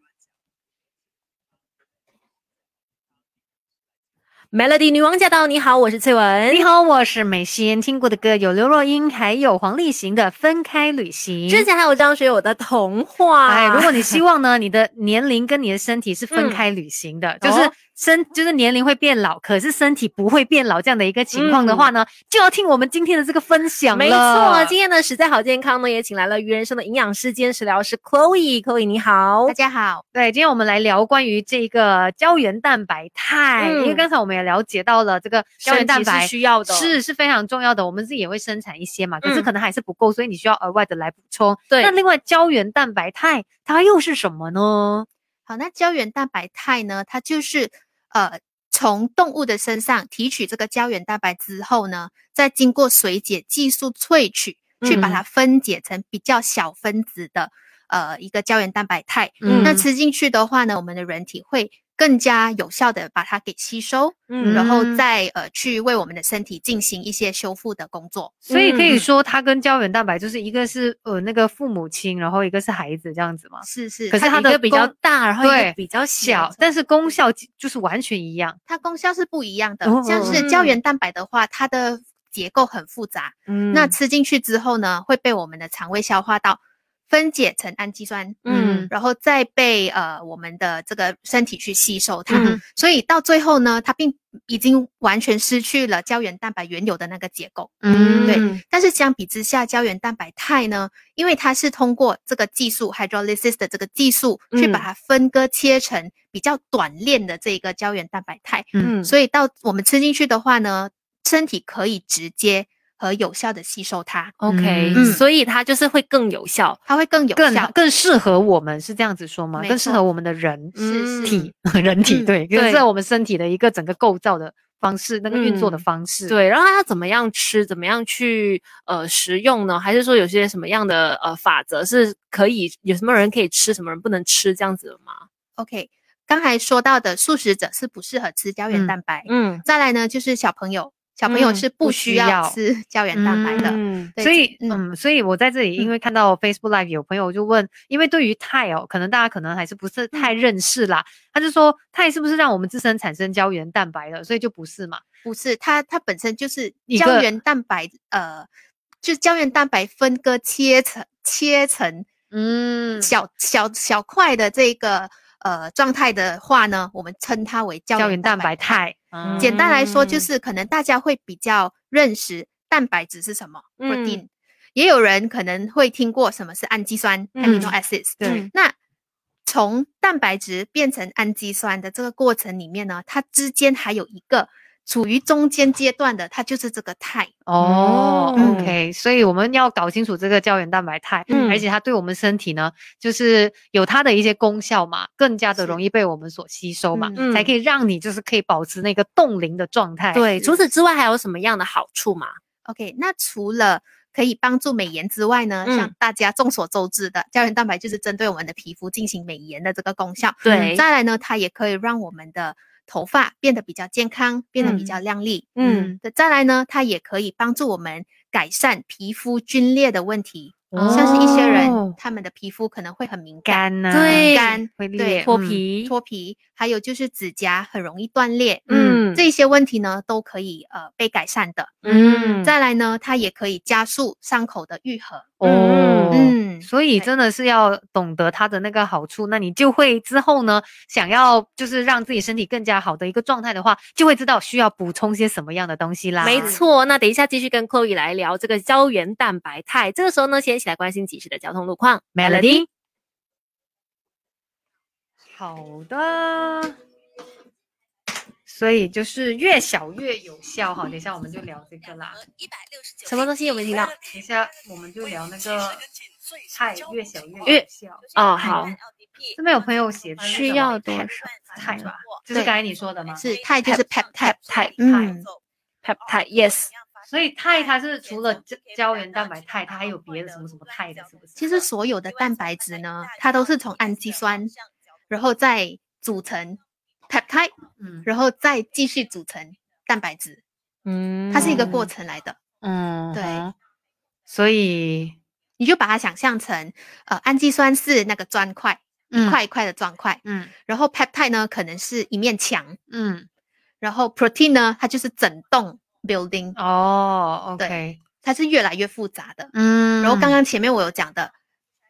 Speaker 1: Melody 女王驾到！你好，我是翠文。
Speaker 2: 你好，我是美心，听过的歌有刘若英，还有黄立行的《分开旅行》。
Speaker 1: 之前还有张学友的童话。
Speaker 2: 哎，如果你希望呢，你的年龄跟你的身体是分开旅行的，就是
Speaker 1: 嗯哦
Speaker 2: 身、就是年龄会变老，可是身体不会变老这样的一个情况的话呢，就要听我们今天的这个分享
Speaker 1: 嗯
Speaker 2: 了。
Speaker 1: 没错，今天的实在好健康呢，也请来了鱼人生的营养师兼食疗师 Chloe。Chloe 你好
Speaker 4: 大，家好，
Speaker 2: 对，今天我们来聊关于这个胶原蛋白肽，因为
Speaker 1: 嗯
Speaker 2: 刚才我们也了解到了这个胶原蛋
Speaker 1: 身体
Speaker 2: 白
Speaker 1: 是需要的，
Speaker 2: 是是非常重要的，我们自己也会生产一些嘛，可是
Speaker 1: 嗯
Speaker 2: 可能还是不够，所以你需要额外的来补充。
Speaker 1: 对
Speaker 2: 那另外胶原蛋白肽它又是什么呢？
Speaker 4: 好，那胶原蛋白肽呢？它就是呃，从动物的身上提取这个胶原蛋白之后呢，再经过水解技术萃取，去把
Speaker 1: 嗯
Speaker 4: 它分解成比较小分子的呃一个胶原蛋白肽。那
Speaker 1: 嗯
Speaker 4: 吃进去的话呢，我们的人体会更加有效的把它给吸收，
Speaker 1: 嗯
Speaker 4: 然后
Speaker 2: 嗯
Speaker 4: 再呃去为我们的身体进行一些修复的工作。
Speaker 2: 所以可以
Speaker 1: 嗯
Speaker 2: 说，它跟胶原蛋白就是一个是呃那个父母亲，然后一个是孩子这样子嘛，
Speaker 4: 是是，
Speaker 2: 可是它
Speaker 1: 它一个
Speaker 2: 的
Speaker 1: 比较
Speaker 2: 功
Speaker 1: 大，然后一个
Speaker 2: 对
Speaker 1: 比较小
Speaker 2: 小，，但是功效几就是完全一样。
Speaker 4: 它功效是不一样的。
Speaker 2: 哦
Speaker 4: 像是
Speaker 1: 嗯
Speaker 4: 胶原蛋白的话，它的结构很复杂，
Speaker 2: 嗯
Speaker 4: 那吃进去之后呢，会被我们的肠胃消化道分解成氨基酸，
Speaker 1: 嗯
Speaker 4: 然后再被呃我们的这个身体去吸收它。
Speaker 1: 嗯
Speaker 4: 所以到最后呢，它并已经完全失去了胶原蛋白原有的那个结构。
Speaker 1: 嗯
Speaker 4: 对
Speaker 1: 对，
Speaker 4: 但是相比之下，胶原蛋白肽呢，因为它是通过这个技术 hydrolysis 的这个技术去
Speaker 1: 嗯
Speaker 4: 把它分割切成比较短链的这个胶原蛋白肽，
Speaker 1: 嗯，
Speaker 4: 所以到我们吃进去的话呢，身体可以直接和有效的吸收它，
Speaker 1: OK，
Speaker 4: 嗯
Speaker 1: 所以它就是会更有效。
Speaker 4: 它会更有
Speaker 2: 更
Speaker 4: 效。
Speaker 2: 更适合我们是这样子说吗？
Speaker 4: 没
Speaker 2: 更适
Speaker 4: 错
Speaker 2: 合我们的人
Speaker 4: 是是
Speaker 2: 体 人体
Speaker 4: 嗯
Speaker 2: 嗯对，更
Speaker 1: 对
Speaker 2: 适合我们身体的一个整个构造的方式，那个运作的
Speaker 1: 嗯
Speaker 2: 方式。
Speaker 1: 对，然后它怎么样吃，怎么样去呃食用呢？还是说有些什么样的呃法则是可以有什么人可以吃，什么人不能吃这样子的吗？
Speaker 4: OK，刚才说到的素食者是不适合吃胶原
Speaker 2: 嗯
Speaker 4: 蛋白，
Speaker 1: 嗯，
Speaker 4: 再来呢就是小朋友，小朋友
Speaker 1: 嗯
Speaker 4: 是
Speaker 2: 不
Speaker 4: 不
Speaker 2: 需
Speaker 4: 需要
Speaker 2: 要
Speaker 4: 吃 胶原蛋白的。
Speaker 1: 嗯
Speaker 4: 对
Speaker 2: 所以，
Speaker 4: 嗯
Speaker 2: 嗯，所以我在这里，因为看到 Facebook Live 有朋友就问，因为对于肽哦，可能大家可能还是不是太认识啦。他就说，肽是不是让我们自身产生胶原蛋白的？所以就不是嘛。
Speaker 4: 不是，它它本身就是
Speaker 2: 一
Speaker 4: 胶
Speaker 2: 个
Speaker 4: 原蛋白，呃，就是胶原蛋白分割切成切成
Speaker 2: 嗯
Speaker 4: 小小小块的这个呃状态的话呢，我们称它为胶
Speaker 2: 胶原蛋白
Speaker 4: 白。
Speaker 2: 肽，
Speaker 1: 嗯
Speaker 4: 简单来说，就
Speaker 1: 嗯
Speaker 4: 是可能大家会比较认识蛋白质是什么、
Speaker 1: 嗯
Speaker 4: protein，也有人可能会听过什么是氨基酸、amino
Speaker 1: 嗯
Speaker 4: acids。
Speaker 2: 对，
Speaker 4: 那从蛋白质变成氨基酸的这个过程里面呢，它之间还有一个处于中间阶段的，它就是这个肽。
Speaker 2: 哦、
Speaker 1: 嗯
Speaker 2: o k 所以我们要搞清楚这个胶原蛋白肽，
Speaker 1: 嗯
Speaker 2: 而且它对我们身体呢，就是有它的一些功效嘛，更加的
Speaker 4: 是
Speaker 2: 容易被我们所吸收嘛，
Speaker 1: 嗯
Speaker 2: 才可以让你就是可以保持那个冻龄的状态。
Speaker 1: 对。除
Speaker 4: 是
Speaker 1: 此之外还有什么样的好处吗？
Speaker 4: OK，那除了可以帮助美颜之外呢，像
Speaker 1: 嗯
Speaker 4: 大家众所周知的胶原蛋白就是针对我们的皮肤进行美颜的这个功效。
Speaker 1: 对，
Speaker 4: 再来呢，它也可以让我们的头发变得比较健康，变得比较亮丽。
Speaker 1: 嗯
Speaker 4: 再再来呢，它也可以帮助我们改善皮肤皲裂的问题，
Speaker 2: 哦
Speaker 4: 像是一些人
Speaker 1: 哦
Speaker 4: 他们的皮肤可能会很敏感。
Speaker 2: 干呐、
Speaker 1: 对
Speaker 4: 干
Speaker 2: 会
Speaker 4: 对
Speaker 2: 裂
Speaker 1: 脱
Speaker 2: 嗯
Speaker 1: 皮，
Speaker 4: 脱皮，还有就是指甲很容易断裂，
Speaker 1: 嗯
Speaker 4: 这些问题呢都可以呃被改善的。
Speaker 1: 嗯
Speaker 4: 再来呢，它也可以加速伤口的愈合。
Speaker 2: 哦，
Speaker 4: 嗯
Speaker 2: 所以
Speaker 4: 对
Speaker 2: 真的是要懂得它的那个好处，那你就会之后呢，想要就是让自己身体更加好的一个状态的话，就会知道需要补充些什么样的东西啦。
Speaker 1: 没
Speaker 4: 是
Speaker 1: 错，那等一下继续跟 Chloe 来聊这个胶原蛋白肽。这个时候呢，先一起来关心即时的交通路况。
Speaker 2: Melody 好的，所以就是越小越有效哈。等一下我们就聊这个啦，
Speaker 1: 什么东西有没有听到？
Speaker 2: 等一下我们就聊那个菜越小越
Speaker 1: 越
Speaker 2: 有效。
Speaker 1: 哦，好，
Speaker 2: 这边有朋友写出
Speaker 1: 需
Speaker 2: 什么
Speaker 1: 要多少
Speaker 2: 菜吧？就
Speaker 4: 对
Speaker 2: 是刚才你说的吗？
Speaker 4: 是肽就是 peptide，
Speaker 1: 肽
Speaker 4: 嗯，
Speaker 1: peptide，yes，
Speaker 2: 所以肽它是除了胶胶原蛋白肽，它还有别的什么什么肽的，是不是？
Speaker 4: 其实所有的蛋白质呢，它都是从氨基酸，然后再组成 peptide，
Speaker 2: 嗯
Speaker 4: 然后再继续组成蛋白质，
Speaker 1: 嗯
Speaker 4: 它是一个过程来的。
Speaker 2: 嗯
Speaker 4: 对
Speaker 2: 哼，所以
Speaker 4: 你就把它想象成，呃，氨基酸是那个砖块，一
Speaker 2: 嗯
Speaker 4: 块一块的砖块，
Speaker 2: 嗯
Speaker 4: 然后 peptide 呢可能是一面墙，
Speaker 2: 嗯
Speaker 4: 然后 protein 呢它就是整栋 building，
Speaker 2: 哦
Speaker 4: 对
Speaker 2: ，OK，
Speaker 4: 它是越来越复杂的。
Speaker 2: 嗯
Speaker 4: 然后刚刚前面我有讲的，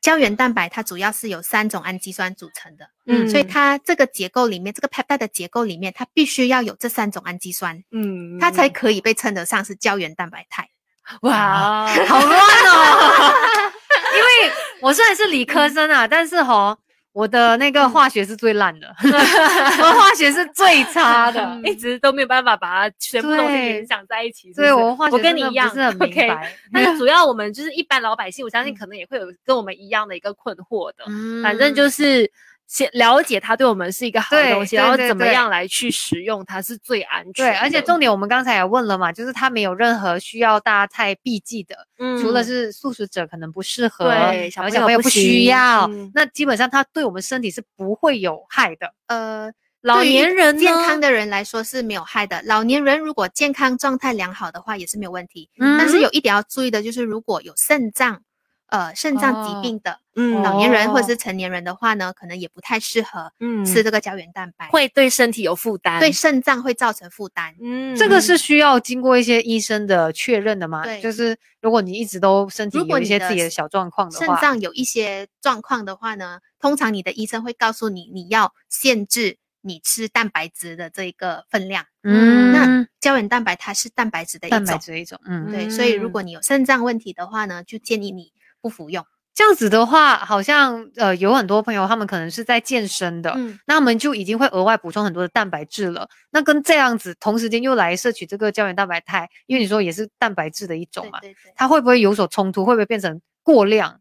Speaker 4: 胶原蛋白它主要是由三种氨基酸组成的，
Speaker 1: 嗯
Speaker 4: 所以它这个结构里面，这个 peptide 的结构里面，它必须要有这三种氨基酸，
Speaker 1: 嗯
Speaker 4: 它才可以被称得上是胶原蛋白肽。
Speaker 1: 哇，
Speaker 2: 好乱哦， 因为我虽然是理科生啊，但是吼。我的那个化学是最烂 的，我化学是最差的，
Speaker 1: 一直都没有办法把它全部东西
Speaker 2: 对
Speaker 1: 联想在一起。是不
Speaker 2: 所以
Speaker 1: 是
Speaker 2: 我化学
Speaker 1: 我跟
Speaker 2: 真
Speaker 1: 你
Speaker 2: 的
Speaker 1: 一样
Speaker 2: 不是很明
Speaker 1: OK
Speaker 2: 白。
Speaker 1: 但是主要我们就是一般老百姓，我相信
Speaker 2: 嗯
Speaker 1: 可能也会有跟我们一样的一个困惑的。
Speaker 4: 嗯
Speaker 1: 反正就是先了解它对我们是一个好的
Speaker 2: 对
Speaker 1: 东西，
Speaker 2: 对
Speaker 1: 然后
Speaker 2: 对
Speaker 1: 怎么
Speaker 2: 对
Speaker 1: 样来去使用它是最安全
Speaker 2: 对，
Speaker 1: 的。
Speaker 2: 而且重点我们刚才也问了嘛，就是它没有任何需要大家太避忌的，
Speaker 1: 嗯
Speaker 2: 除了是素食者可能不适合，
Speaker 1: 对小
Speaker 2: 然后
Speaker 1: 朋友
Speaker 2: 小朋友
Speaker 1: 不
Speaker 2: 不需
Speaker 1: 行
Speaker 2: 要
Speaker 1: 嗯，
Speaker 2: 那基本上它对我们身体是不会有害的。
Speaker 4: 呃，
Speaker 1: 老
Speaker 4: 对于
Speaker 1: 年人
Speaker 4: 健
Speaker 1: 呢
Speaker 4: 康的人来说是没有害的。老年人如果健康状态良好的话，也是没有问题。
Speaker 1: 嗯
Speaker 4: 但是有一点要注意的就是，如果有肾脏，呃，肾脏
Speaker 2: 哦
Speaker 4: 疾病的、
Speaker 1: 嗯
Speaker 4: 老年人或者
Speaker 2: 哦
Speaker 4: 是成年人的话呢，可能也不太适合
Speaker 1: 嗯
Speaker 4: 吃这个胶原蛋白，
Speaker 1: 会对身体有负担，
Speaker 4: 对肾脏会造成负担。
Speaker 1: 嗯，
Speaker 2: 这个是需要经过一些医生的确认的嘛？
Speaker 4: 对
Speaker 2: 就是如果你一直都身体
Speaker 4: 如
Speaker 2: 有
Speaker 4: 果
Speaker 2: 一
Speaker 4: 你
Speaker 2: 些
Speaker 4: 的
Speaker 2: 自己的小状况的
Speaker 4: 肾
Speaker 2: 话，
Speaker 4: 脏有一些状况的话呢，通常你的医生会告诉你，你要限制你吃蛋白质的这个分量。
Speaker 2: 嗯，
Speaker 4: 那胶原蛋白它是蛋白质的一
Speaker 2: 蛋白
Speaker 4: 种，
Speaker 2: 质一种，嗯，
Speaker 4: 对，所以如
Speaker 1: 嗯
Speaker 4: 果你有肾脏问题的话呢，就建议你不服用。
Speaker 2: 这样子的话，好像呃有很多朋友他们可能是在健身的，
Speaker 4: 嗯，
Speaker 2: 那我们就已经会额外补充很多的蛋白质了。那跟这样子同时间又来摄取这个胶原蛋白肽，因为你说也是蛋白质的一种
Speaker 4: 对
Speaker 2: 嘛，
Speaker 4: 对对，
Speaker 2: 它会不会有所冲突？会不会变成过量？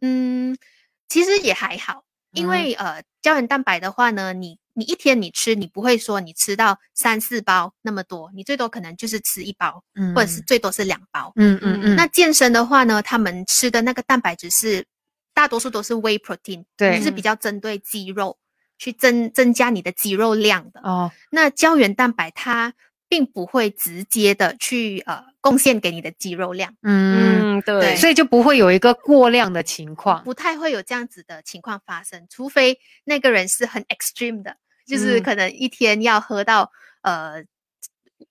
Speaker 4: 嗯，其实也还好，因
Speaker 2: 嗯
Speaker 4: 为、呃，胶原蛋白的话呢，你你一天你吃，你不会说你吃到三四包那么多，你最多可能就是吃一包，
Speaker 2: 嗯
Speaker 4: 或者是最多是两包。
Speaker 2: 嗯嗯嗯，
Speaker 4: 那健身的话呢，他们吃的那个蛋白质是大多数都是 whey protein，
Speaker 2: 对
Speaker 4: 就是比较针对肌肉去增增加你的肌肉量的。
Speaker 2: 哦，
Speaker 4: 那胶原蛋白它并不会直接的去呃贡献给你的肌肉量，
Speaker 2: 嗯，
Speaker 1: 嗯对
Speaker 4: 对，
Speaker 2: 所以就不会有一个过量的情况。
Speaker 4: 不太会有这样子的情况发生，除非那个人是很 extreme 的，就是
Speaker 2: 嗯
Speaker 4: 可能一天要喝到呃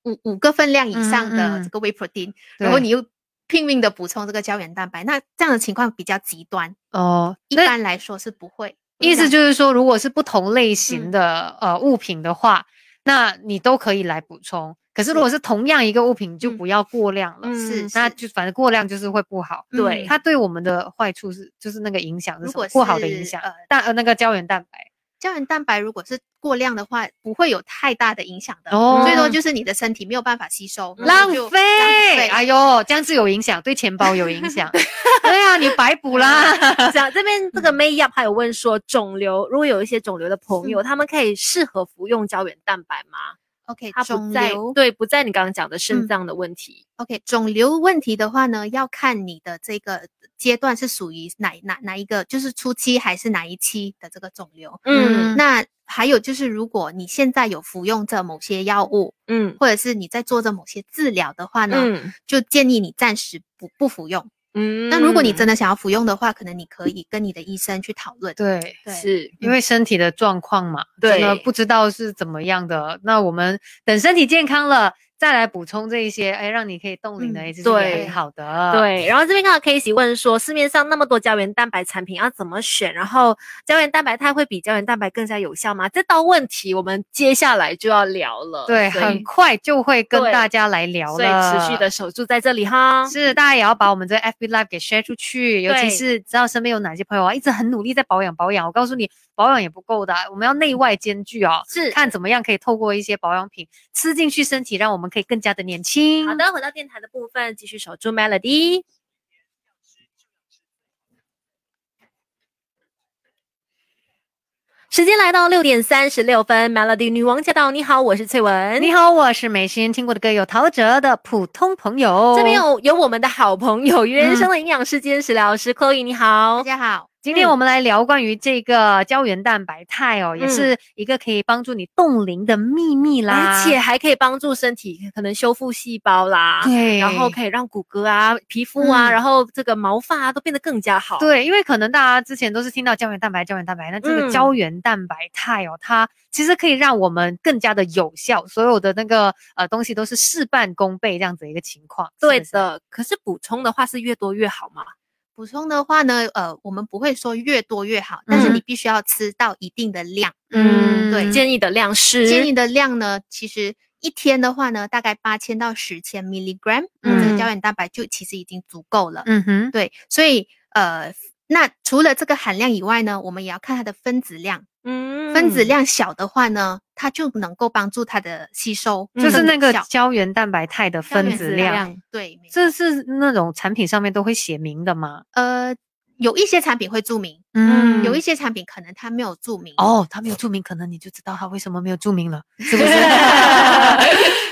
Speaker 4: 五五个分量以上
Speaker 2: 嗯嗯
Speaker 4: 的
Speaker 2: 嗯
Speaker 4: 这个 whey protein，、然后
Speaker 2: 对
Speaker 4: 你又拼命的补充这个胶原蛋白，那这样的情况比较极端，
Speaker 2: 哦，
Speaker 4: 一
Speaker 2: 那
Speaker 4: 般来说是不会。
Speaker 2: 意思就
Speaker 4: 就
Speaker 2: 是说，如果是不同类型
Speaker 4: 嗯
Speaker 2: 的、呃物品的话，那你都可以来补充。可是如果是同样一个物品，就
Speaker 4: 嗯
Speaker 2: 不要过量了。
Speaker 4: 是
Speaker 2: 那就反正过量就是会不好。
Speaker 4: 嗯
Speaker 1: 对
Speaker 2: 它对我们的坏处是，就是那个影响是
Speaker 4: 如
Speaker 2: 什么
Speaker 4: 果
Speaker 2: 不好的影
Speaker 4: 是
Speaker 2: 响
Speaker 4: 呃，
Speaker 2: 蛋呃那个胶原蛋白
Speaker 4: 胶原蛋白如果是过量的话，不会有太大的影响的，
Speaker 2: 哦
Speaker 4: 最多就是你的身体没有办法吸收，然
Speaker 2: 浪
Speaker 4: 后就
Speaker 2: 费，
Speaker 4: 浪
Speaker 2: 哎
Speaker 4: 费。
Speaker 2: 呦，这样子有影响，对钱包有 影响。对啊，你白补啦。
Speaker 1: 讲这边这个
Speaker 4: 嗯
Speaker 1: May Up 还有问说，肿瘤如果有一些肿瘤的朋
Speaker 4: 嗯
Speaker 1: 友，他们可以适合服用胶原蛋白吗？
Speaker 4: OK，
Speaker 1: 它不
Speaker 4: 肿
Speaker 1: 在
Speaker 4: 瘤
Speaker 1: 对不在你刚刚讲的肾
Speaker 4: 嗯
Speaker 1: 脏的问题，
Speaker 4: OK，肿瘤问题的话呢，要看你的这个阶段是属于哪哪哪一个，就是初期还是哪一期的这个肿瘤。
Speaker 2: 嗯
Speaker 4: 那还有就是，如果你现在有服用着某些药物，
Speaker 1: 嗯
Speaker 4: 或者是你在做着某些治疗的话呢，
Speaker 1: 嗯
Speaker 4: 就建议你暂时不不服用。
Speaker 1: 嗯
Speaker 4: 那、如果你真
Speaker 1: 的
Speaker 4: 的想要服用的话，可能你可以跟你的医生去讨论。
Speaker 2: 对。
Speaker 4: 对
Speaker 1: 是
Speaker 2: 因为身体的状况嘛，真的
Speaker 1: 嗯对
Speaker 2: 不知道是怎么样的。那我们等身体健康了，再来补充这一些，哎，让你可以冻龄的，
Speaker 4: 嗯
Speaker 2: 也是也
Speaker 1: 对
Speaker 2: 很好的。，
Speaker 1: 对，然后这边刚好 Casey 问说，市面上那么多胶原蛋白产品要怎么选？然后胶原蛋白肽会比胶原蛋白更加有效吗？这道问题我们接下来就要聊了，
Speaker 2: 对，
Speaker 1: 所
Speaker 2: 很
Speaker 1: 以
Speaker 2: 快就会跟
Speaker 1: 对
Speaker 2: 大家来聊
Speaker 1: 所以
Speaker 2: 了，
Speaker 1: 持续的守住在这里哈。
Speaker 2: 是，大家也要把我们这个 FB Live 给 share 出去，尤
Speaker 1: 对
Speaker 2: 其是知道身边有哪些朋友啊，一直很努力在保养保养。我告诉你，保养也不够的，啊我们要内外兼具哦，
Speaker 1: 是
Speaker 2: 看怎么样可以透过一些保养品吃进去身体，让我们可以更加的年轻。
Speaker 1: 好，的，回到电台的部分，继续守住 Melody。时间来到六点三十六分，Melody 女王驾到！你好，我是翠文。
Speaker 2: 你好，我是美心，听过的歌有陶喆的《普通朋友》，
Speaker 1: 这边有有我们的好朋友，鱼
Speaker 2: 嗯
Speaker 1: 人生的营养师兼食疗师 Chloe，你好。
Speaker 4: 大家好，
Speaker 2: 今天我们来聊关于这个胶原蛋白肽哦，也
Speaker 1: 嗯
Speaker 2: 是一个可以帮助你冻龄的秘密啦，
Speaker 1: 而且还可以帮助身体可能修复细胞啦，
Speaker 2: 对，
Speaker 1: 然后可以让骨骼啊、皮肤啊，
Speaker 2: 嗯
Speaker 1: 然后这个毛发、啊、都变得更加好。，
Speaker 2: 对，因为可能大家之前都是听到胶原蛋白、胶原蛋白，那这
Speaker 1: 嗯
Speaker 2: 个胶原蛋白肽哦，它其实可以让我们更加的有效，所有的那个呃东西都是事半功倍这样子一个情况。是
Speaker 1: 对
Speaker 2: 不是，
Speaker 1: 的。可是补充的话是越多越好嘛？
Speaker 4: 补充的话呢，呃，我们不会说越多越好，但是
Speaker 2: 嗯
Speaker 4: 你必须要吃到一定的量。
Speaker 2: 嗯，
Speaker 4: 对
Speaker 2: 建
Speaker 1: 建议的量是
Speaker 4: 建议的量呢，其实一天的话呢，大概八千到十千 milligram，这
Speaker 2: 嗯
Speaker 4: 个胶原蛋白就其实已经足够了。
Speaker 2: 嗯哼，
Speaker 4: 对，所以呃，那除了这个含量以外呢，我们也要看它的分子量。
Speaker 1: 嗯
Speaker 4: 分子量小的话呢，它就能够帮助它的吸收，
Speaker 1: 嗯
Speaker 2: 就是那个
Speaker 4: 小
Speaker 2: 胶原蛋白肽的
Speaker 4: 胶原
Speaker 2: 分子
Speaker 1: 子
Speaker 2: 量，
Speaker 1: 量
Speaker 4: 对，没
Speaker 2: 这是那种产品上面都会写明的吗？
Speaker 4: 呃，有一些产品会注明，
Speaker 1: 嗯
Speaker 4: 有一些产品可能它没有注明。
Speaker 2: 哦，他没有注明，可能你就知道他为什么没有注明了，是 不是？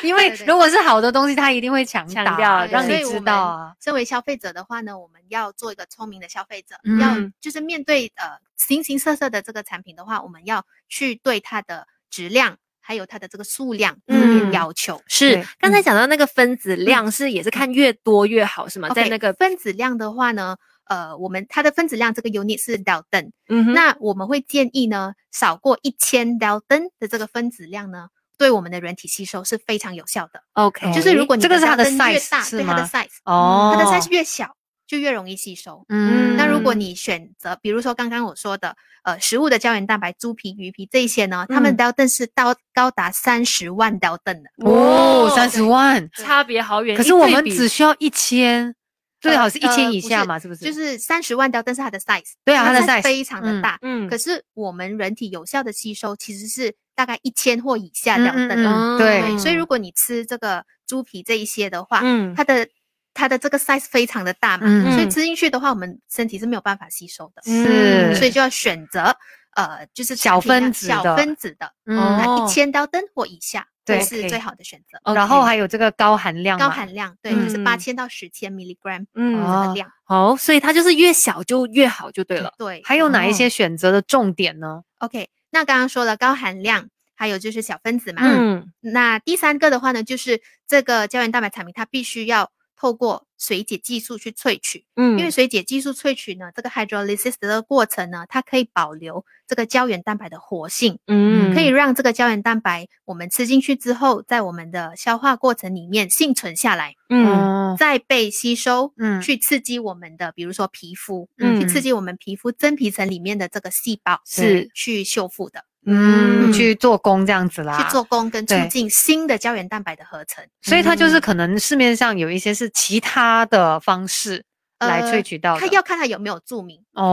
Speaker 2: 因为
Speaker 4: 对对
Speaker 2: 如果是好的东西，他一定会强
Speaker 1: 强
Speaker 2: 打
Speaker 1: 调
Speaker 2: 啊让
Speaker 4: 对
Speaker 2: 你
Speaker 4: 所以
Speaker 2: 知
Speaker 4: 我
Speaker 2: 道
Speaker 4: 们
Speaker 2: 啊。
Speaker 4: 身为消费者的话呢，我们要做一个聪明的消费者，
Speaker 2: 嗯
Speaker 4: 要就是面对呃形形色色的这个产品的话，我们要去对它的质量，还有它的这个数量这
Speaker 1: 嗯
Speaker 4: 边要求。
Speaker 1: 是
Speaker 2: 对，
Speaker 1: 刚才讲到那个分子量是也是看越多越好，是吗？在
Speaker 4: OK，
Speaker 1: 那个，
Speaker 4: 分子量的话呢，呃，我们它的分子量这个 unit 是 Dalton，、
Speaker 1: 嗯哼，
Speaker 4: 那我们会建议呢，少过一千 Dalton 的这个分子量呢，对我们的人体吸收是非常有效的。
Speaker 1: OK，
Speaker 4: 就是如果你
Speaker 2: 这个是它的
Speaker 4: Dalton 越
Speaker 2: size，
Speaker 4: 大，
Speaker 2: 是
Speaker 4: 对它的
Speaker 2: 吗
Speaker 4: size，嗯
Speaker 2: 哦，
Speaker 4: 它的 size 越小就越容易吸收。
Speaker 2: 嗯，
Speaker 4: 那如果
Speaker 1: 嗯
Speaker 4: 你选择，比如说刚刚我说的，呃，食物的胶原蛋白、猪皮、鱼皮这一些呢，它们
Speaker 1: 嗯
Speaker 4: Dalton 是到高达三十万 Dalton 的。
Speaker 2: 哦
Speaker 1: 哇
Speaker 2: 三十万，
Speaker 1: 差别好远。
Speaker 2: 可
Speaker 1: 一
Speaker 2: 是我
Speaker 1: 对
Speaker 2: 们
Speaker 1: 比
Speaker 2: 只需要一千，最好是一千以下嘛，是不是？
Speaker 4: 就是三十万 Dalton 是它的 size，
Speaker 2: 对啊，它的 size
Speaker 4: 非常
Speaker 2: 嗯
Speaker 4: 的大。
Speaker 1: 嗯
Speaker 4: 可是我们人体有效的吸收其实是大概一千或以下
Speaker 2: 嗯
Speaker 4: Dalton
Speaker 2: 嗯嗯对
Speaker 4: 对，所以如果你吃这个猪皮这一些的话，
Speaker 1: 嗯
Speaker 4: 它的它的这个 size 非常的大嘛，
Speaker 2: 嗯
Speaker 4: 所以
Speaker 1: 嗯
Speaker 4: 吃进去的话，我们身体是没有办法吸收的。
Speaker 1: 嗯
Speaker 2: 是，
Speaker 4: 所以就要选择呃，就是产
Speaker 2: 小
Speaker 4: 品量
Speaker 2: 分子
Speaker 4: 小
Speaker 2: 的
Speaker 4: 分子的，
Speaker 2: 嗯，
Speaker 1: 哦
Speaker 4: 一千到灯或以下，
Speaker 2: 对
Speaker 4: 会是
Speaker 1: OK
Speaker 4: 最好的选择。
Speaker 1: OK
Speaker 2: 然后还有这个高含量嘛，
Speaker 4: 高含量，对，就是
Speaker 1: 嗯
Speaker 4: 八千到十千 milligram
Speaker 1: 嗯
Speaker 2: 哦
Speaker 4: 的量。
Speaker 1: 好，所以它就是越小就越好就对了。
Speaker 4: 对，
Speaker 2: 还有哪一
Speaker 1: 哦
Speaker 2: 些选择的重点呢？
Speaker 4: OK，那刚刚说了高含量，还有就是小分子嘛。
Speaker 1: 嗯
Speaker 4: 那第三个的话呢，就是这个胶原蛋白产品，它必须要透过水解技术去萃取，
Speaker 1: 嗯，
Speaker 4: 因为水解技术萃取呢，这个 hydrolysis 的过程呢，它可以保留这个胶原蛋白的活性。
Speaker 1: 嗯
Speaker 4: 可以让这个胶原蛋白我们吃进去之后，在我们的消化过程里面幸存下来，
Speaker 1: 嗯
Speaker 2: 哦，
Speaker 4: 再被吸收，
Speaker 2: 嗯
Speaker 4: 去刺激我们的，比如说皮肤，去
Speaker 1: 嗯
Speaker 4: 刺激我们皮肤真皮层里面的这个细胞，
Speaker 1: 是
Speaker 4: 去修复的，
Speaker 2: 嗯，
Speaker 1: 嗯
Speaker 2: 去做工这样子啦，
Speaker 4: 去做工跟促
Speaker 2: 对
Speaker 4: 进新的胶原蛋白的合成。
Speaker 2: 所以它就是
Speaker 1: 嗯
Speaker 2: 可能市面上有一些是其他的方式来
Speaker 4: 呃
Speaker 2: 萃取到的。
Speaker 4: 它要看它有没有注明，
Speaker 2: 哦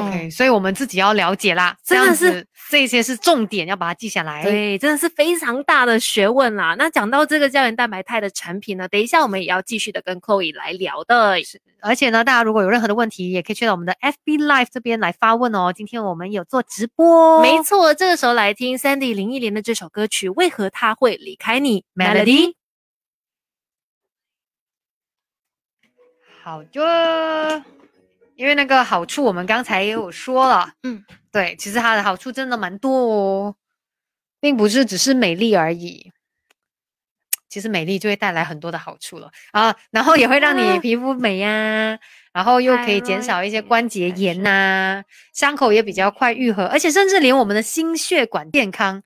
Speaker 1: 哦
Speaker 2: ，OK，所以我们自己要了解啦。这
Speaker 1: 真的
Speaker 2: 样
Speaker 1: 是
Speaker 2: 子这些是重点，要把它记下来。
Speaker 1: 对，真的是非常大的学问啦。那讲到这个胶原蛋白肽的产品呢，等一下我们也要继续的跟 Chloe 来聊的。
Speaker 2: 而且呢，大家如果有任何的问题，也可以去到我们的 FB Live 这边来发问哦。今天我们有做直播，哦
Speaker 1: 没错，这个时候来听 Sandy 林忆莲的这首歌曲《为何他会离开你》
Speaker 2: Melody。好的，因为那个好处我们刚才也有说了，
Speaker 4: 嗯，
Speaker 2: 对，其实它的好处真的蛮多哦，并不是只是美丽而已。其实美丽就会带来很多的好处了啊，然后也会让你
Speaker 1: 啊
Speaker 2: 皮肤美呀、然后又可以减少一些关节炎呐、伤口也比较快愈合，而且甚至连我们的心血管健康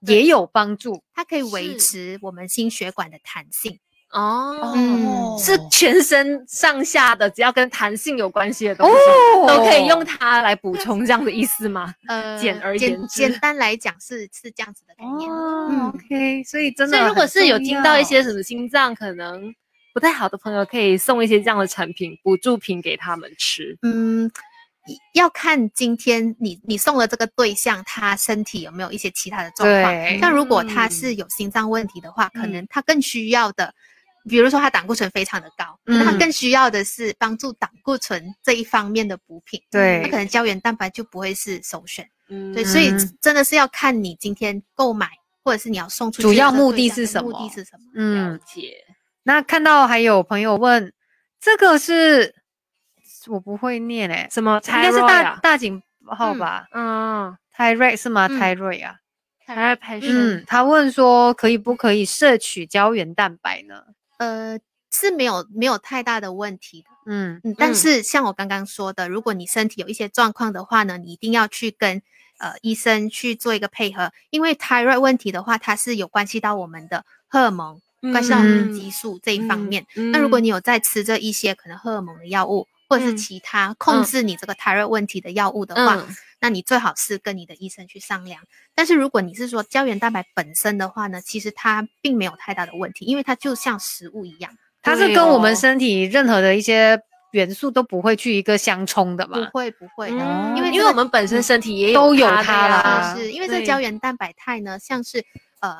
Speaker 2: 也有帮助
Speaker 4: 它可以维
Speaker 1: 是
Speaker 4: 持我们心血管的弹性。
Speaker 1: 哦，
Speaker 4: 嗯
Speaker 1: 是全身上下的，只要跟弹性有关系的东西。
Speaker 2: 哦
Speaker 1: 都可以用它来补充，这样的意思吗？
Speaker 4: 呃，
Speaker 1: 简而言
Speaker 4: 简简
Speaker 1: 之
Speaker 4: 单来讲是是这样子的概念。
Speaker 2: 哦
Speaker 4: 嗯
Speaker 2: ，OK，所以真的
Speaker 1: 所以
Speaker 2: 很重要，
Speaker 1: 如果是有听到一些什么心脏可能不太好的朋友，可以送一些这样的产品补助品给他们吃。
Speaker 4: 嗯，一要看今天你你送的这个对象，他身体有没有一些其他的状况。
Speaker 2: 对
Speaker 4: 那如果他
Speaker 1: 嗯
Speaker 4: 是有心脏问题的话，
Speaker 2: 嗯
Speaker 4: 可能他更需要的，比如说他胆固醇非常的高，那他
Speaker 2: 嗯
Speaker 4: 更需要的是帮助胆固醇这一方面的补品。那可
Speaker 2: 对
Speaker 4: 能胶原蛋白就不会是首选。
Speaker 1: 嗯
Speaker 4: 对，所以
Speaker 2: 嗯
Speaker 4: 真的是要看你今天购买或者是你要送出去
Speaker 2: 主
Speaker 4: 的
Speaker 2: 要
Speaker 4: 这个
Speaker 2: 目的
Speaker 4: 对象
Speaker 2: 是
Speaker 4: 的
Speaker 2: 什
Speaker 4: 目
Speaker 2: 么
Speaker 4: 的是什么？
Speaker 1: 了
Speaker 2: 嗯，
Speaker 1: 解。
Speaker 2: 那看到还有朋友问，这个是我不会念诶、
Speaker 1: 什么？
Speaker 2: 应该是大大井号
Speaker 4: 嗯
Speaker 2: 吧、
Speaker 1: 啊嗯，
Speaker 2: 泰瑞是吗？
Speaker 4: 嗯
Speaker 2: 泰瑞啊，
Speaker 1: 还是拍摄。
Speaker 2: 嗯，他问说可以不可以摄取胶原蛋白呢？
Speaker 4: 呃，是没有没有太大的问题的。
Speaker 2: 嗯，
Speaker 4: 嗯，但
Speaker 1: 嗯
Speaker 4: 是像我刚刚说的，如果你身体有一些状况的话呢，你一定要去跟呃医生去做一个配合，因为 thyroid 问题的话，它是有关系到我们的荷尔蒙，关系到我们的
Speaker 1: 嗯
Speaker 4: 激素这一方面。
Speaker 1: 嗯
Speaker 4: 那如果
Speaker 1: 嗯
Speaker 4: 你有在吃这一些可能荷尔蒙的药物，或者是
Speaker 1: 嗯
Speaker 4: 其他控
Speaker 1: 嗯
Speaker 4: 制你这个 thyroid 问题的药物的话，
Speaker 1: 嗯
Speaker 4: 那你最好是跟你的医生去商量。但是如果你是说胶原蛋白本身的话呢，其实它并没有太大的问题，因为它就像食物一样，
Speaker 2: 它是
Speaker 1: 对
Speaker 2: 跟我们
Speaker 1: 哦
Speaker 2: 身体任何的一些元素都不会去一个相冲的
Speaker 4: 不
Speaker 2: 吧？
Speaker 4: 会不会。
Speaker 1: 嗯
Speaker 4: 因为
Speaker 1: 因
Speaker 4: 这
Speaker 1: 为
Speaker 4: 个
Speaker 1: 我们本身身体也
Speaker 2: 都有
Speaker 1: 它
Speaker 2: 它
Speaker 1: 的呀
Speaker 2: 啦
Speaker 4: 啊是因为这
Speaker 1: 对
Speaker 4: 个胶原蛋白肽呢，像是呃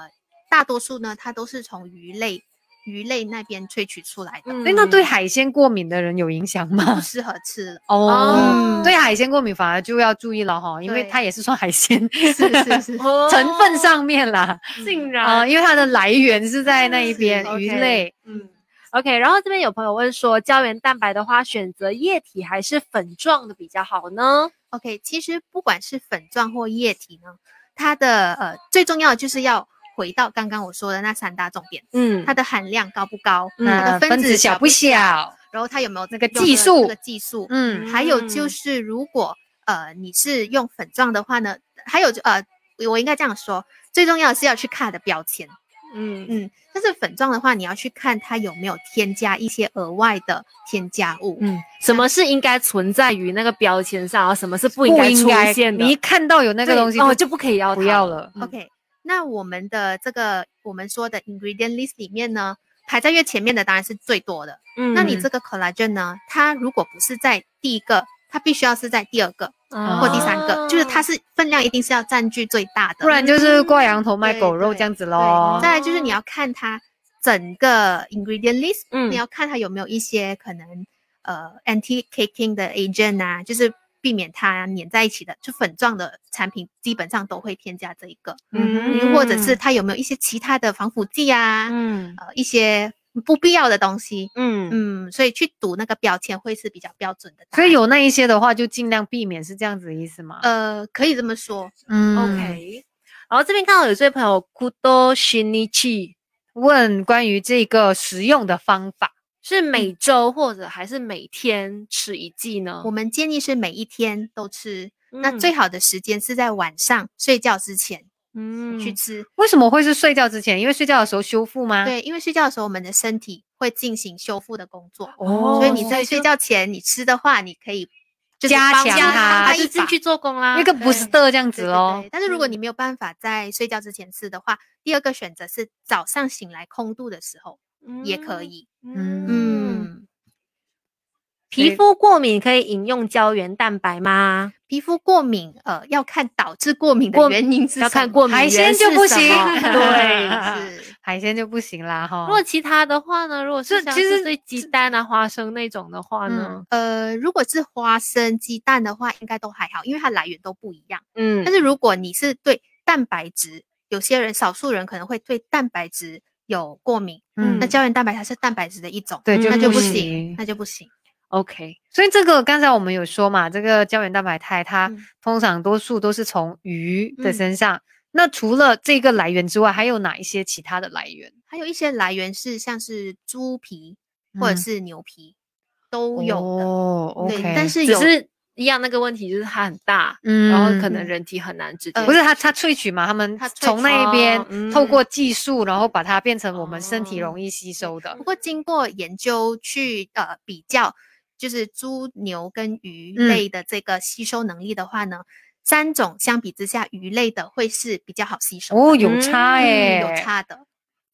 Speaker 4: 大多数呢，它都是从鱼类鱼类那边萃取出来的，
Speaker 1: 嗯
Speaker 2: 诶那对海鲜过敏的人有影响
Speaker 4: 不
Speaker 2: 吗？
Speaker 4: 适合吃。
Speaker 2: 哦，
Speaker 1: 哦，
Speaker 2: 对海鲜过敏反而就要注意了哈，因为
Speaker 4: 对
Speaker 2: 它也是算海鲜
Speaker 4: 是是是，嗯
Speaker 1: 哦
Speaker 2: 成分上面啦，
Speaker 1: 竟
Speaker 2: 啊、
Speaker 1: 然
Speaker 2: 因为它的来源是在那一
Speaker 4: 是
Speaker 2: 边
Speaker 1: ，OK
Speaker 2: 鱼类，
Speaker 1: 嗯。OK，然后这边有朋友问说，胶原蛋白的话，选择液体还是粉状的比较好呢？
Speaker 4: OK，其实不管是粉状或液体呢，它的呃最重要的就是要回到刚刚我说的那三大重点，
Speaker 1: 嗯，
Speaker 4: 它的含量高不高，
Speaker 1: 嗯
Speaker 4: 它
Speaker 2: 那
Speaker 4: 的
Speaker 2: 啊分子小不小？
Speaker 4: 然后它有没有
Speaker 2: 那个
Speaker 4: 用的
Speaker 2: 技术
Speaker 4: 这个技术，
Speaker 2: 嗯
Speaker 4: 还有
Speaker 1: 嗯
Speaker 4: 就是如果呃你是用粉状的话呢，还有就呃我应该这样说，最重要的是要去看它的标签，
Speaker 1: 嗯
Speaker 4: 嗯，但是粉状的话，你要去看它有没有添加一些额外的添加物，
Speaker 1: 嗯，什么是应该存在于那个标签上，然后什么是不
Speaker 2: 嗯不
Speaker 1: 应该
Speaker 2: 应
Speaker 1: 出
Speaker 2: 该
Speaker 1: 现的？
Speaker 2: 你一看到有那个
Speaker 1: 对
Speaker 2: 东西
Speaker 1: 哦就不可以要
Speaker 2: 不
Speaker 1: 它
Speaker 2: 要
Speaker 1: 了
Speaker 2: 了。
Speaker 1: 嗯
Speaker 4: OK，那我们的这个我们说的 ingredient list 里面呢，排在越前面的当然是最多的。
Speaker 1: 嗯
Speaker 4: 那你这个 collagen 呢，它如果不是在第一个，它必须要是在第二个
Speaker 1: 嗯
Speaker 4: 或第三个，就是
Speaker 1: 哦
Speaker 4: 它是分量一定是要占据最大的。
Speaker 2: 不然就是挂羊头卖
Speaker 4: 对
Speaker 2: 狗肉
Speaker 4: 对
Speaker 2: 这样子
Speaker 4: 对
Speaker 2: 喽。
Speaker 4: 再来就是你要看它整个 ingredient list，、
Speaker 1: 嗯
Speaker 4: 你要看它有没有一些可能呃 anti caking 的 agent 啊，就是避免它粘在一起的，就粉状的产品基本上都会添加这一个。
Speaker 1: 嗯
Speaker 4: 或者是它有没有一些其他的防腐剂啊，
Speaker 1: 嗯
Speaker 4: 呃，一些不必要的东西。
Speaker 1: 嗯
Speaker 4: 嗯，所以去读那个标签会是比较标准的答案。
Speaker 2: 所以有那一些的话，就尽量避免，是这样子的意思吗？
Speaker 4: 呃，可以这么说，
Speaker 2: 嗯
Speaker 1: OK。然后这边看到有这位朋友 Kudo Shinichi
Speaker 2: 问关于这个食用的方法，
Speaker 1: 是每周或者还是每天吃一剂呢
Speaker 4: 我？们建议是每一天都吃，那
Speaker 1: 嗯
Speaker 4: 最好的时间是在晚上睡觉之前
Speaker 1: 嗯
Speaker 4: 去吃。
Speaker 2: 为什么会是睡觉之前？因为睡觉的时候修复吗？，
Speaker 4: 对，因为睡觉的时候我们的身体会进行修复的工作，
Speaker 2: 哦
Speaker 4: 所以你在
Speaker 1: 就
Speaker 4: 睡觉前你吃的话，你可以就是
Speaker 2: 加
Speaker 4: 帮
Speaker 2: 强
Speaker 4: 加
Speaker 2: 它
Speaker 1: 他
Speaker 4: 一
Speaker 1: 就进
Speaker 4: 把
Speaker 1: 去做工啊啦。
Speaker 2: 那个不是的这样
Speaker 4: 对
Speaker 2: 子
Speaker 4: 对
Speaker 2: 哦
Speaker 4: 对，。但是如果
Speaker 1: 嗯
Speaker 4: 你没有办法在睡觉之前吃的话，第二个选择是早上醒来空肚的时候
Speaker 1: 嗯
Speaker 4: 也可。以。
Speaker 2: 嗯
Speaker 4: 嗯，
Speaker 1: 皮肤过敏可以饮用胶原蛋白吗？
Speaker 4: 皮肤过敏，呃，要看导致过敏
Speaker 1: 过
Speaker 4: 的原因是
Speaker 1: 要
Speaker 4: 什
Speaker 1: 看
Speaker 4: 么
Speaker 1: 过敏
Speaker 2: 海
Speaker 1: 源
Speaker 2: 鲜就是不
Speaker 1: 什
Speaker 2: 行
Speaker 1: 么对。
Speaker 2: 对
Speaker 4: 是
Speaker 2: 海鲜就不行啦哈。
Speaker 1: 如果其他的话呢？如果是
Speaker 2: 这
Speaker 1: 像
Speaker 2: 哦其
Speaker 1: 是
Speaker 2: 实
Speaker 1: 对鸡蛋啊、花生那种的
Speaker 2: 嗯
Speaker 1: 话呢？
Speaker 4: 呃，如果是花生、鸡蛋的话，应该都还好，因为它来源都不一样。
Speaker 1: 嗯
Speaker 4: 但是如果你是对蛋白质，有些人少数人可能会对蛋白质有过敏，
Speaker 2: 嗯
Speaker 4: 那胶原蛋白它是蛋白质的一种，
Speaker 2: 对就
Speaker 4: 那就
Speaker 1: 不
Speaker 4: 不
Speaker 2: 行
Speaker 4: 行，那就不行。
Speaker 1: OK，
Speaker 2: 所以这个刚才我们有说嘛，这个胶原蛋白肽它
Speaker 4: 嗯
Speaker 2: 通常多数都是从鱼的
Speaker 4: 嗯
Speaker 2: 身上。那除了这个来源之外，还有哪一些其他的来源？
Speaker 4: 还有一些来源是像是猪皮或者
Speaker 2: 嗯
Speaker 4: 是牛皮、都有的。
Speaker 2: 哦
Speaker 4: 对
Speaker 2: ，OK，
Speaker 4: 但是
Speaker 1: 只
Speaker 4: 有
Speaker 1: 是一样那个问题就是它很大，
Speaker 2: 嗯
Speaker 1: 然后可能人体很难直接
Speaker 4: 呃
Speaker 2: 不是他，他萃取嘛，他们
Speaker 4: 它萃
Speaker 2: 从
Speaker 4: 取
Speaker 2: 那一边、
Speaker 1: 哦嗯
Speaker 2: 透过技术，然后把它变成我们身体
Speaker 1: 哦
Speaker 2: 容易吸收的
Speaker 4: 不。过经过研究去呃比较，就是猪、牛跟鱼
Speaker 2: 嗯
Speaker 4: 类的这个吸收能力的话呢，三种相比之下，鱼类的会是比较好吸收的
Speaker 2: 哦，有差
Speaker 1: 嗯
Speaker 2: 哎、
Speaker 4: 有。差的。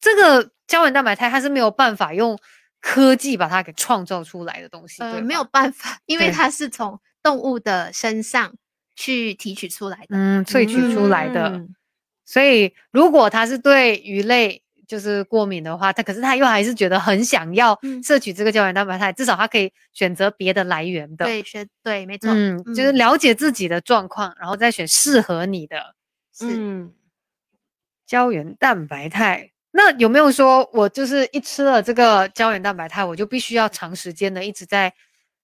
Speaker 2: 这个胶原蛋白肽它是没有办法用科技把它给创造出来的东西，
Speaker 4: 呃，
Speaker 2: 对
Speaker 4: 没
Speaker 2: 吧
Speaker 4: 有。办法，因为
Speaker 2: 对
Speaker 4: 它是从动物的身上去提取出来的。
Speaker 2: 嗯，萃取出来的。
Speaker 1: 嗯
Speaker 2: 所以，如果他是对鱼类就是过敏的话，他可是他又还是觉得很想要
Speaker 4: 嗯
Speaker 2: 摄取这个胶原蛋白肽，至少他可以选择别的来源的。
Speaker 4: 对，学对，没错，
Speaker 2: 嗯，就是
Speaker 4: 嗯
Speaker 2: 了解自己的状况，然后再选适合你的
Speaker 4: 是。
Speaker 1: 嗯
Speaker 2: 胶原蛋白肽。那有没有说我就是一吃了这个胶原蛋白肽，我就必须要长时间的一直在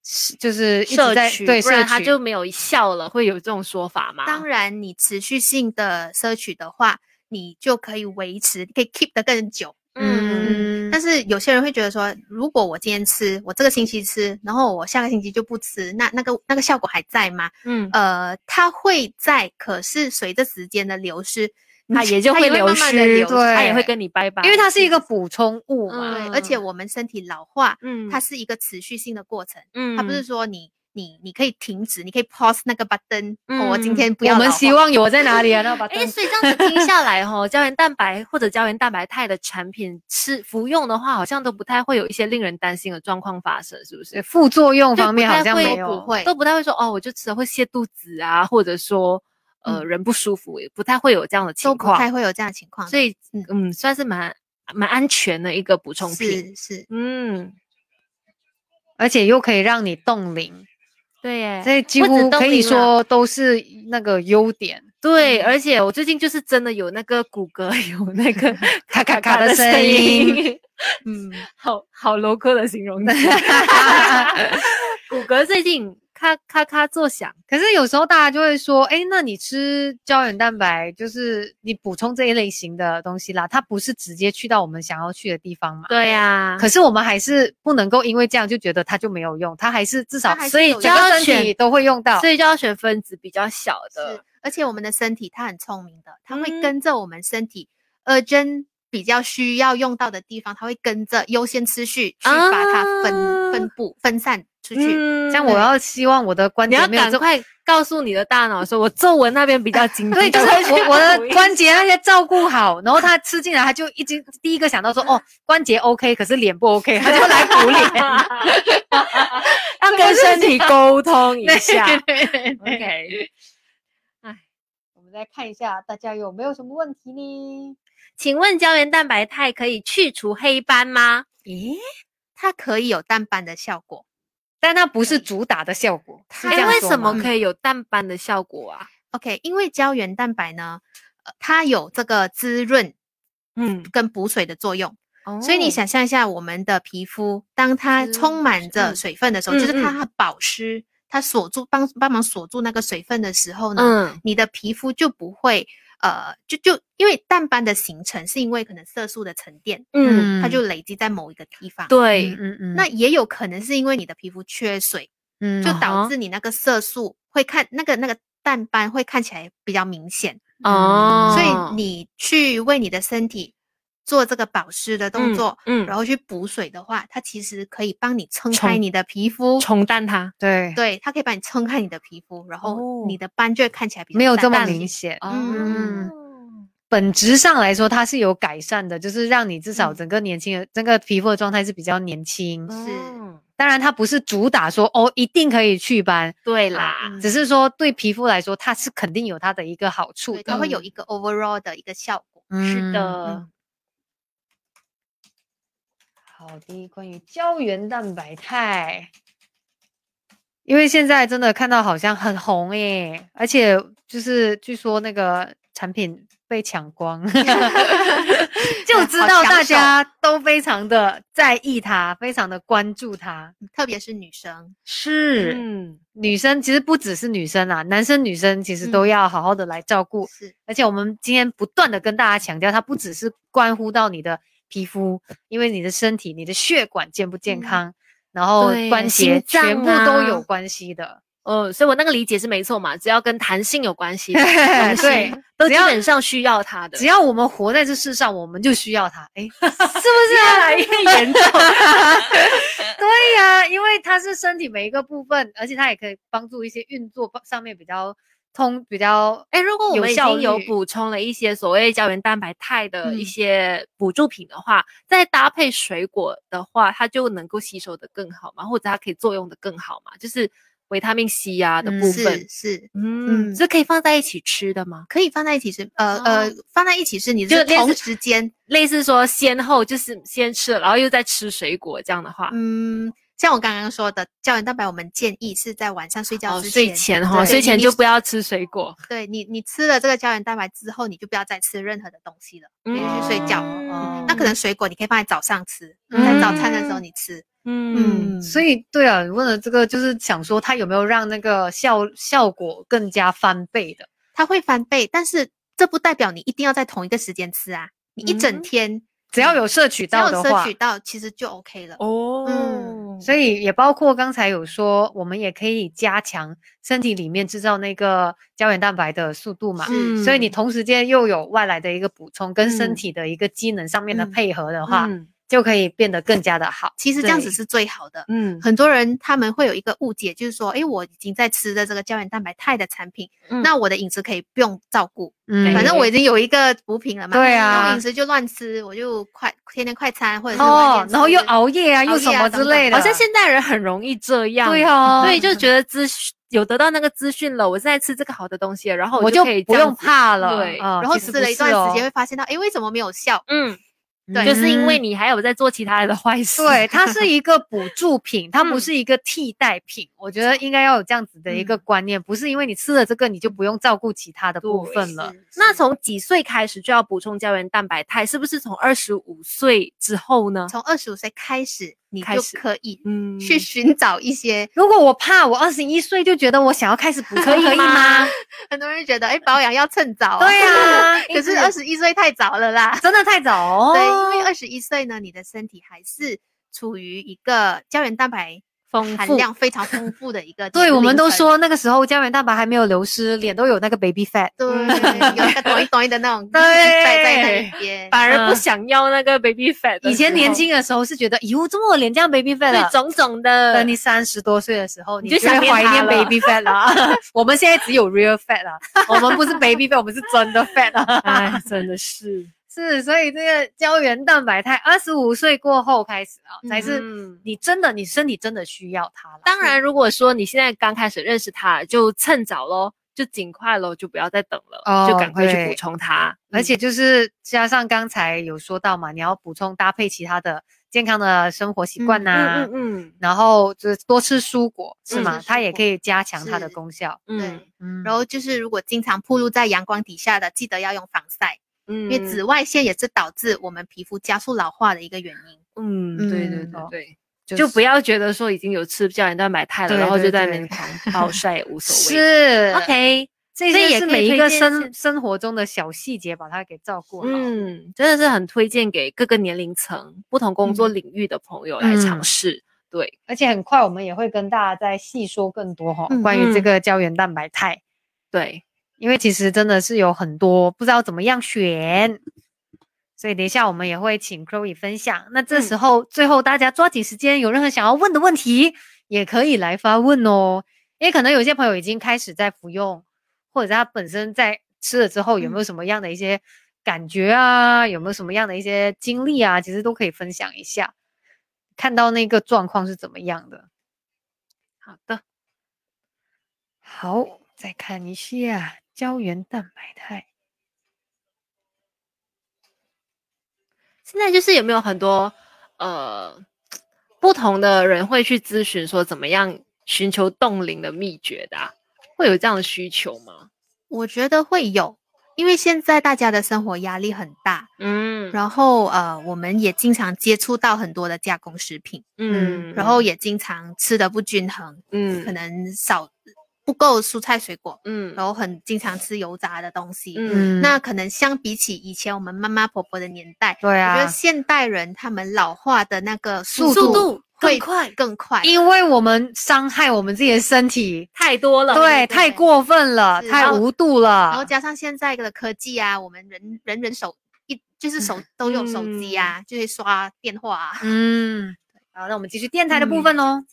Speaker 2: 吃，就是一直
Speaker 1: 摄
Speaker 2: 在
Speaker 1: 取，
Speaker 2: 对
Speaker 1: 不
Speaker 2: 摄
Speaker 1: 然它
Speaker 2: 取？
Speaker 1: 就没有效了，会有这种说法吗？
Speaker 4: 当然，你持续性的摄取的话，你就可以维持，可以 keep 得更久。
Speaker 2: 嗯，
Speaker 4: 但是有些人会觉得说，如果我今天吃，我这个星期吃，然后我下个星期就不吃，那那个那个效果还在吗？
Speaker 1: 嗯，
Speaker 4: 呃，它会在，可是随着时间的流失，
Speaker 1: 它也就会流
Speaker 4: 慢慢地
Speaker 1: 失，
Speaker 4: 流
Speaker 2: 对
Speaker 1: 它也会跟你拜拜，
Speaker 2: 因为它是一个补充物嘛，
Speaker 4: 对，而且我们身体老化，
Speaker 1: 啊嗯
Speaker 4: 它是一个持续性的过程，
Speaker 1: 嗯
Speaker 4: 它不是说你你你可以停止，你可以 pause 那个 button，、哦、我今
Speaker 1: 嗯
Speaker 4: 天不
Speaker 2: 我
Speaker 4: 要老化。
Speaker 2: 们希望有在哪里啊？然后把
Speaker 1: 哎，所以这样子听下来哈、胶原蛋白或者胶原蛋白肽的产品吃服用的话，好像都不太会有一些令人担心的状况发生，是不是？
Speaker 2: 呃副作用
Speaker 1: 就
Speaker 2: 方
Speaker 1: 不
Speaker 2: 面
Speaker 1: 太
Speaker 2: 好像
Speaker 1: 会
Speaker 2: 没
Speaker 4: 不
Speaker 2: 有，
Speaker 4: 会
Speaker 1: 都不太会说哦，我就吃了会泻肚子啊，或者说呃
Speaker 2: 嗯
Speaker 1: 人不舒服，也不太会有这样的
Speaker 4: 都
Speaker 1: 情
Speaker 4: 不太
Speaker 1: 况，
Speaker 4: 会有这样的情况，
Speaker 1: 所以
Speaker 4: 嗯
Speaker 1: 嗯，算是蛮蛮安全的一个补充品。
Speaker 4: 是是
Speaker 1: 嗯，
Speaker 2: 而且又可以让你冻龄，
Speaker 1: 对耶，
Speaker 2: 所以几
Speaker 1: 不止
Speaker 2: 乎
Speaker 1: 冻
Speaker 2: 可以
Speaker 1: 龄了
Speaker 2: 说都是那个优点。
Speaker 1: 对，
Speaker 4: 嗯
Speaker 1: 而且我最近就是真的有那个骨骼 有那 个
Speaker 2: 咔咔咔
Speaker 1: 咔
Speaker 2: 的
Speaker 1: 的
Speaker 2: 声音，
Speaker 4: 嗯。
Speaker 1: 好好 local 的形容词，骨骼最近咔咔咔作响。
Speaker 2: 可是有时候大家就会说，哎，那你吃胶原蛋白，就是你补充这一类型的东西啦，它不是直接去到我们想要去的地方嘛？
Speaker 1: 对啊呀、
Speaker 2: 可是我们还是不能够因为这样就觉得它就没有用，它还是至少
Speaker 4: 它还是
Speaker 2: 所以
Speaker 4: 有
Speaker 2: 整
Speaker 1: 用
Speaker 2: 个
Speaker 1: 的
Speaker 2: 身体都会用到
Speaker 1: 所。以就要选分子比较小
Speaker 4: 是
Speaker 1: 的，，
Speaker 4: 而且我们的身体它很聪明的，它会
Speaker 1: 啊嗯
Speaker 4: 跟着我们身体 urgent 比较需要用到的地方，它会跟着优先次序去把它分、分布分散出去。
Speaker 1: 啊嗯
Speaker 2: 这样我要希望我的观
Speaker 1: 你
Speaker 2: 点
Speaker 1: 要
Speaker 2: 没有
Speaker 1: 赶
Speaker 2: 这么。，
Speaker 1: 快告诉你的大脑说，我皱纹那边比较紧
Speaker 2: 对，就是我我的关节那些照顾好，然后他吃进来，他就一经第一个想到说，哦，关节 OK，可是脸不 OK，他 就来补脸。
Speaker 1: 要跟身体沟通一
Speaker 2: 对
Speaker 1: 下。
Speaker 2: 对对对
Speaker 1: OK，
Speaker 2: 我们再看一下大家有没有什么问题呢？
Speaker 1: 请问胶原蛋白肽可以去除黑斑吗？
Speaker 2: 咦，
Speaker 4: 它可以有淡斑的效果。
Speaker 2: 但它不是主打的效果，是这
Speaker 1: 哎，
Speaker 2: 样
Speaker 1: 为
Speaker 2: 说
Speaker 1: 什
Speaker 2: 吗
Speaker 1: 么可以有淡斑的效果啊？
Speaker 4: OK，因为胶原蛋白呢，呃它有这个滋润
Speaker 1: 嗯，
Speaker 4: 跟补水的作用，
Speaker 2: 嗯
Speaker 1: 哦
Speaker 4: 所以你，想象一下，我们的皮肤当它充满着
Speaker 1: 嗯
Speaker 4: 水分的时候，就是
Speaker 1: 嗯嗯
Speaker 4: 它保湿，它锁住帮帮忙锁住那个水分的时候呢，
Speaker 1: 嗯
Speaker 4: 你的皮肤就不会呃，就就因为淡斑的形成是因为可能色素的沉淀，
Speaker 1: 嗯，
Speaker 4: 它就累积在某一个地方。
Speaker 1: 对，
Speaker 2: 嗯嗯
Speaker 4: 那也有可能是因为你的皮肤缺水，
Speaker 2: 那
Speaker 4: 就
Speaker 1: 啊
Speaker 4: 导
Speaker 1: 哈
Speaker 4: 致你那个色素会看那个那个淡斑会看起来比较明显，
Speaker 2: 嗯
Speaker 1: 哦，
Speaker 4: 所以你去为你的身体做这个保湿的动
Speaker 1: 嗯
Speaker 4: 作，
Speaker 1: 嗯，
Speaker 4: 然后去补水的话，它其实可以帮你撑
Speaker 1: 冲
Speaker 4: 开你的皮肤，
Speaker 1: 冲淡它。
Speaker 2: 对
Speaker 4: 对，它可以帮你撑开你的皮肤，然后你
Speaker 1: 哦
Speaker 4: 的斑就会看起来比较
Speaker 2: 没有
Speaker 4: 淡
Speaker 2: 这么
Speaker 4: 淡
Speaker 2: 明显。
Speaker 4: 嗯
Speaker 1: 哦
Speaker 2: 本质上来说，它是有改善的，就是让你至少
Speaker 4: 嗯
Speaker 2: 整个年轻的、整个皮肤的状态是比较年轻。
Speaker 4: 嗯
Speaker 1: 哦
Speaker 2: 当然，它不是主打说哦一定可以祛斑，
Speaker 1: 对
Speaker 4: 啊
Speaker 1: 啦，
Speaker 4: 嗯
Speaker 2: 只是说对皮肤来说，它是肯定有它的一个好处
Speaker 4: 对，它会有
Speaker 1: 嗯
Speaker 4: 一个 overall 的一个效 果。
Speaker 1: 是
Speaker 2: 嗯
Speaker 1: 的，
Speaker 2: 好的，关于胶原蛋白肽，因为现在真的看到好像很红诶，而且就是据说那个产品被抢 光，就知道大家都非常的在意它，非常的关注它。
Speaker 4: 特别是女生，
Speaker 2: 嗯是
Speaker 1: 嗯，
Speaker 2: 女生其实不只是女生啦，啊男生女生其实都
Speaker 4: 嗯
Speaker 2: 要好好的来照顾。
Speaker 4: 是
Speaker 2: 而且我们今天不断的跟大家强调，它不只是关乎到你的皮肤，因为你的身体、你的血管健不健
Speaker 4: 嗯
Speaker 2: 康，然后
Speaker 1: 对
Speaker 2: 关节
Speaker 1: 心脏
Speaker 2: 全部都有
Speaker 1: 啊
Speaker 2: 关系的。
Speaker 1: 呃，所以我那个理解是没错嘛，只要跟弹性有关 系的东西，
Speaker 2: 对，
Speaker 1: 都基
Speaker 2: 只要
Speaker 1: 本上需要它的。
Speaker 2: 只要我们活在这世上，我们就需要它。 哎，是不是
Speaker 1: 越
Speaker 2: 啊？
Speaker 1: 来越严重，
Speaker 2: 对呀、因为它是身体每一个部分，而且它也可以帮助一些运作上面比较通、比较
Speaker 1: 哎，如果我
Speaker 2: 有
Speaker 1: 们已
Speaker 2: 效
Speaker 1: 经有
Speaker 2: 率
Speaker 1: 补充了一些所谓胶原蛋白肽的一
Speaker 2: 嗯
Speaker 1: 些补助品的话，再搭配水果的话，它就能够吸收的更好嘛，或者它可以作用的更好嘛，就是维他命 C 呀、的
Speaker 2: 嗯
Speaker 1: 部分
Speaker 4: 是，是，
Speaker 1: 嗯，
Speaker 4: 嗯
Speaker 1: 这可以放在一起吃的吗？
Speaker 4: 可以放在一起是呃呃放在一起是你
Speaker 1: 哦就是类
Speaker 4: 同
Speaker 1: 似
Speaker 4: 时间，
Speaker 1: 类似说先后就是先吃了，然后又再吃水果这样的话，
Speaker 4: 嗯，像我刚刚说的胶原蛋白，我们建议是在晚上睡觉
Speaker 1: 哦，
Speaker 4: 之前，
Speaker 1: 睡前哈，
Speaker 4: 对
Speaker 1: 睡前就
Speaker 4: 你
Speaker 1: 不要吃水果，
Speaker 4: 对你你吃了这个胶原蛋白之后，你就不要再吃任何的东西了，你就去睡觉。哦
Speaker 1: 嗯
Speaker 4: 那可能水果你可以放在早上吃，在早餐的时候你吃，
Speaker 1: 嗯，
Speaker 2: 嗯所以对啊，你问了这个就是想说它有没有让那个效效果更加翻倍的？
Speaker 4: 它会翻倍，但是这不代表你一定要在同一个时间吃啊，你一整
Speaker 1: 嗯
Speaker 4: 天
Speaker 2: 只要有摄取
Speaker 4: 只
Speaker 2: 到
Speaker 4: 要
Speaker 2: 的
Speaker 4: 摄
Speaker 2: 话
Speaker 4: 取，到，其实就 OK 了。
Speaker 1: 哦，
Speaker 4: 嗯
Speaker 2: 所以也包括刚才有说，我们也可以加强身体里面制造那个胶原蛋白的速度嘛。
Speaker 4: 是嗯
Speaker 2: 所以你同时间又有外来的一个补充，跟身
Speaker 1: 嗯
Speaker 2: 体的一个机能上面的
Speaker 4: 嗯
Speaker 2: 配合的话，
Speaker 1: 嗯
Speaker 2: 就可以变得更加的好。
Speaker 4: 其实这样子
Speaker 1: 对
Speaker 4: 是最好的。
Speaker 1: 嗯
Speaker 4: 很多人他们会有一个误解，就是说，诶，我已经在吃的这个胶原蛋白肽的产品，
Speaker 1: 嗯
Speaker 4: 那我的饮食可以不用照顾，
Speaker 2: 嗯
Speaker 4: 反正我已经有一个补品了嘛。
Speaker 2: 对
Speaker 4: 那
Speaker 2: 啊
Speaker 4: 我饮食就乱吃，我就快天天快餐或者是晚
Speaker 2: 哦
Speaker 4: 点，
Speaker 2: 然后又
Speaker 4: 吃
Speaker 2: 熬夜啊，又
Speaker 4: 熬
Speaker 2: 什
Speaker 4: 夜啊
Speaker 2: 么
Speaker 4: 等
Speaker 2: 之
Speaker 4: 等
Speaker 2: 类的，
Speaker 1: 好像现代人很容易这样，
Speaker 2: 对啊，
Speaker 1: 所以就觉得资讯有得到那个资讯了，我现在吃这个好的东西了，然后
Speaker 2: 我
Speaker 1: 就
Speaker 2: 就
Speaker 1: 可以
Speaker 2: 不
Speaker 1: 这样
Speaker 2: 用
Speaker 1: 子
Speaker 2: 怕了。
Speaker 1: 对
Speaker 2: 啊
Speaker 4: 然后
Speaker 2: 其实
Speaker 4: 吃
Speaker 2: 不
Speaker 4: 了一
Speaker 2: 是
Speaker 4: 段时
Speaker 2: 哦
Speaker 4: 间会发现到，诶，为什么没有效？
Speaker 1: 嗯，
Speaker 4: 对
Speaker 1: 就是因为你还有在做其他的坏事。
Speaker 2: 对，它 是一个补助品，它不
Speaker 1: 嗯
Speaker 2: 是一个替代品。我觉得应该要有这样子的一
Speaker 4: 嗯
Speaker 2: 个观念，不是因为你吃了这个，你就不用照顾其他的部分了。
Speaker 1: 那从几岁开始就要补充胶原蛋白肽？是不是从二十五岁之后呢？
Speaker 4: 从二十五岁开始，你
Speaker 1: 开
Speaker 4: 就
Speaker 1: 始
Speaker 4: 可以
Speaker 1: 嗯，
Speaker 4: 去寻找一些。
Speaker 2: 如果我怕我二十一岁就觉得我想要开始补充，
Speaker 1: 可以
Speaker 2: 以
Speaker 1: 吗
Speaker 2: 吗？
Speaker 4: 很多人觉得，哎，保养要趁早、
Speaker 2: 对 啊
Speaker 4: 可是二十一岁太早了啦。
Speaker 2: 真的太早哦。
Speaker 4: 对，因为二十一岁呢，你的身体还是处于一个胶原蛋白
Speaker 1: 丰
Speaker 4: 含
Speaker 1: 富
Speaker 4: 量非常丰富的 一个。
Speaker 2: 对我们都。说那个时候胶原蛋白还没有流失，脸都有那个 baby fat。
Speaker 4: 对，有一个短一短的 那种
Speaker 2: 对
Speaker 4: 在在那里边，
Speaker 1: 反而不
Speaker 2: 嗯
Speaker 1: 想要那个 baby fat 的
Speaker 2: 以前
Speaker 4: 哦
Speaker 1: 时
Speaker 2: 年
Speaker 1: 候
Speaker 2: 轻的时候是觉得，哟，怎么我脸这样 baby fat 啊
Speaker 1: 对？
Speaker 2: 了
Speaker 1: 种种的，
Speaker 2: 等你三十多岁的时候，
Speaker 1: 呃你
Speaker 2: 你
Speaker 1: 就
Speaker 2: 就
Speaker 1: 想
Speaker 2: 会
Speaker 1: 念
Speaker 2: 怀
Speaker 1: 它
Speaker 2: 念
Speaker 1: 了
Speaker 2: baby fat 了。我们现在只有 real fat 了，我们不是 baby fat，我们是真的 fat 了。
Speaker 1: 哎， 真的是
Speaker 2: 是，所以这个胶原蛋白肽，二十五岁过后开始啊，才是
Speaker 1: 嗯
Speaker 2: 你真的你身体真的需要它了。
Speaker 1: 当然，如果说你现在刚开始认识它，就趁早咯，就尽快咯，就不要再等了，
Speaker 2: 哦
Speaker 1: 就赶快去
Speaker 2: 对啊
Speaker 1: 补充它。
Speaker 2: 而
Speaker 1: 嗯
Speaker 2: 且就是加上刚才有说到嘛，你要补充搭配其他的健康的生活习惯
Speaker 4: 嗯
Speaker 2: 呐、
Speaker 1: 嗯嗯
Speaker 2: 然后就是多吃蔬果是
Speaker 1: 嗯
Speaker 2: 吗？
Speaker 4: 吃
Speaker 2: 它也
Speaker 4: 蔬
Speaker 2: 可以加强它的
Speaker 4: 是
Speaker 2: 功效。
Speaker 1: 嗯
Speaker 4: 对。
Speaker 2: 嗯，
Speaker 4: 然后就是，如果经常暴露在阳光底下的，记得要用防晒，
Speaker 1: 嗯，
Speaker 4: 因为紫外线也是导致我们皮肤加速老化的一个原因。
Speaker 1: 嗯对对
Speaker 4: 嗯
Speaker 1: 对
Speaker 2: 哦
Speaker 1: 对，
Speaker 2: 就
Speaker 1: 就不
Speaker 2: 是
Speaker 1: 要觉得说已经有吃胶原蛋白肽了，
Speaker 2: 对
Speaker 1: 然后就
Speaker 2: 对
Speaker 1: 在那边
Speaker 2: 对
Speaker 1: 狂 暴晒也无所谓。
Speaker 2: 是
Speaker 1: OK，
Speaker 2: 这
Speaker 1: 所以
Speaker 2: 些
Speaker 1: 也
Speaker 2: 是
Speaker 1: 可以
Speaker 2: 每一
Speaker 1: 推
Speaker 2: 个
Speaker 1: 荐
Speaker 2: 生
Speaker 1: 是
Speaker 2: 生活中的小细节，把它给照顾好。
Speaker 1: 嗯，真的是很推荐给各个年龄层、不同工作
Speaker 4: 嗯
Speaker 1: 领域的朋友来尝
Speaker 2: 嗯
Speaker 1: 试。对，
Speaker 2: 而且很快我们也会跟大家再细说更多哈、
Speaker 4: 嗯
Speaker 2: 关于这
Speaker 1: 嗯
Speaker 2: 个胶原蛋白肽，
Speaker 1: 对，
Speaker 2: 因为其实真的是有很多不知道怎么样选，所以等一下我们也会请 Chloe 分享。那这
Speaker 1: 嗯
Speaker 2: 时候、最后大家抓紧时间，有任何想要问的问题也可以来发问哦，因为可能有些朋友已经开始在服用，或者是他本身在吃了之后有没有什么样的一些感觉啊，有没有什么样的一些经历啊，其实都可以分享一下，看到那个状况是怎么样的。
Speaker 1: 好的，
Speaker 2: 好，再看一下胶原蛋白肽。
Speaker 1: 现在就是有没有很多呃不同的人会去咨询说怎么样寻求冻龄的秘诀的、啊？会有这样的需求吗？
Speaker 4: 我觉得会有，因为现在大家的生活压力很大，
Speaker 1: 嗯
Speaker 4: 然后呃，我们也经常接触到很多的加工食品，
Speaker 1: 嗯，
Speaker 4: 然后也经常吃的不均衡，
Speaker 1: 嗯
Speaker 4: 可能少不够蔬菜水果，
Speaker 1: 嗯
Speaker 4: 然后很经常吃油炸的东西。
Speaker 1: 嗯
Speaker 4: 那可能相比起以前我们妈妈婆婆的年代，
Speaker 2: 对
Speaker 4: 我觉
Speaker 2: 啊
Speaker 4: 得，现代人他们老化的那个
Speaker 2: 速
Speaker 4: 度
Speaker 1: 度更
Speaker 4: 会
Speaker 1: 快
Speaker 4: 更快。
Speaker 2: 因为我们伤害我们自己的身体，
Speaker 1: 太多了，
Speaker 2: 对，
Speaker 4: 对
Speaker 2: 太过分了，
Speaker 4: 是
Speaker 2: 太
Speaker 4: 然后
Speaker 2: 无度
Speaker 4: 然后
Speaker 2: 了。
Speaker 4: 加上现在的科技啊，我们人人人手一就是手都有手机啊，就会刷电话啊。
Speaker 2: 嗯，好，那我们继续电台的部分哦。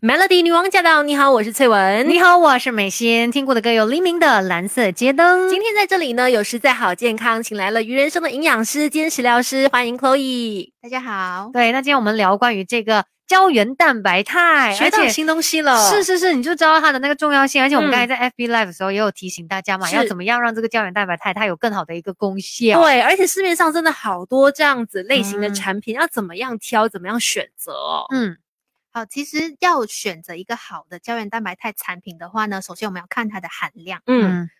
Speaker 1: Melody 女王驾到！你好，我是翠文。
Speaker 2: 嗯你好，我是美心，听过的歌有黎明的《蓝色街灯
Speaker 1: 今》。天在这里呢，有实在好健康，请来了鱼人生的营养师兼食疗师，欢迎 Chloe，
Speaker 4: 大家好，
Speaker 2: 对，那今天我们聊关于这个胶原蛋白肽，
Speaker 1: 学到
Speaker 2: 哎而且
Speaker 1: 新东西了，
Speaker 2: 是是是，你就知道它的那个重要性，而且我们
Speaker 1: 嗯
Speaker 2: 刚才在 FB Live 的时候也有提醒大家嘛，要
Speaker 1: 是
Speaker 2: 怎么样让这个胶原蛋白肽它有更好的一个功效。
Speaker 1: 对，而且市面上真的好多这样子类型的
Speaker 2: 嗯
Speaker 1: 产品，要怎么样挑，怎么样选择哦。
Speaker 2: 嗯，
Speaker 4: 好，其实要选择一个好的胶原蛋白肽产品的话呢，首先我们要看它的含量。
Speaker 1: 嗯
Speaker 2: 嗯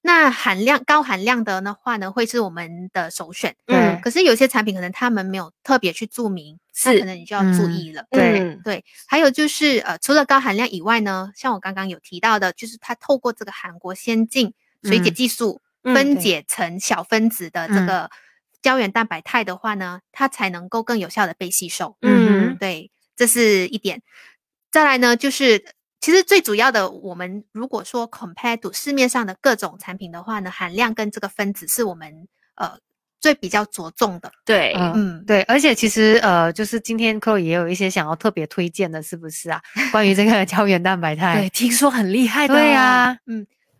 Speaker 4: 那含量高含量的呢话呢，会是我们的首选。
Speaker 2: 对
Speaker 1: 嗯，
Speaker 4: 可是有些产品可能他们没有特别去注明，那可
Speaker 1: 是，
Speaker 4: 能你就要注
Speaker 2: 嗯
Speaker 4: 意了。
Speaker 2: 对
Speaker 1: 嗯
Speaker 4: 对，还有就是呃，除了高含量以外呢，像我刚刚有提到的，就是它透过这个韩国先进水解
Speaker 2: 嗯
Speaker 4: 技术、
Speaker 1: 嗯
Speaker 4: 分
Speaker 2: 对
Speaker 4: 解成小分子的这
Speaker 2: 嗯
Speaker 4: 个胶原蛋白肽的话呢，它才能够更有效的被吸收。
Speaker 2: 嗯
Speaker 1: 嗯
Speaker 4: 对，这是一点。再来呢，就是其实最主要的，我们如果说 compare to 市面上的各种产品的话呢，含量跟这个分子是我们呃最比较着重的。
Speaker 1: 对，
Speaker 2: 嗯
Speaker 4: 嗯，
Speaker 2: 对，而且其实呃，就是今天 Chloe 也有一些想要特别推荐的，是不是啊？ 关于这个胶原蛋白肽
Speaker 1: 对，，听说很厉害的，哦
Speaker 2: 对啊呀、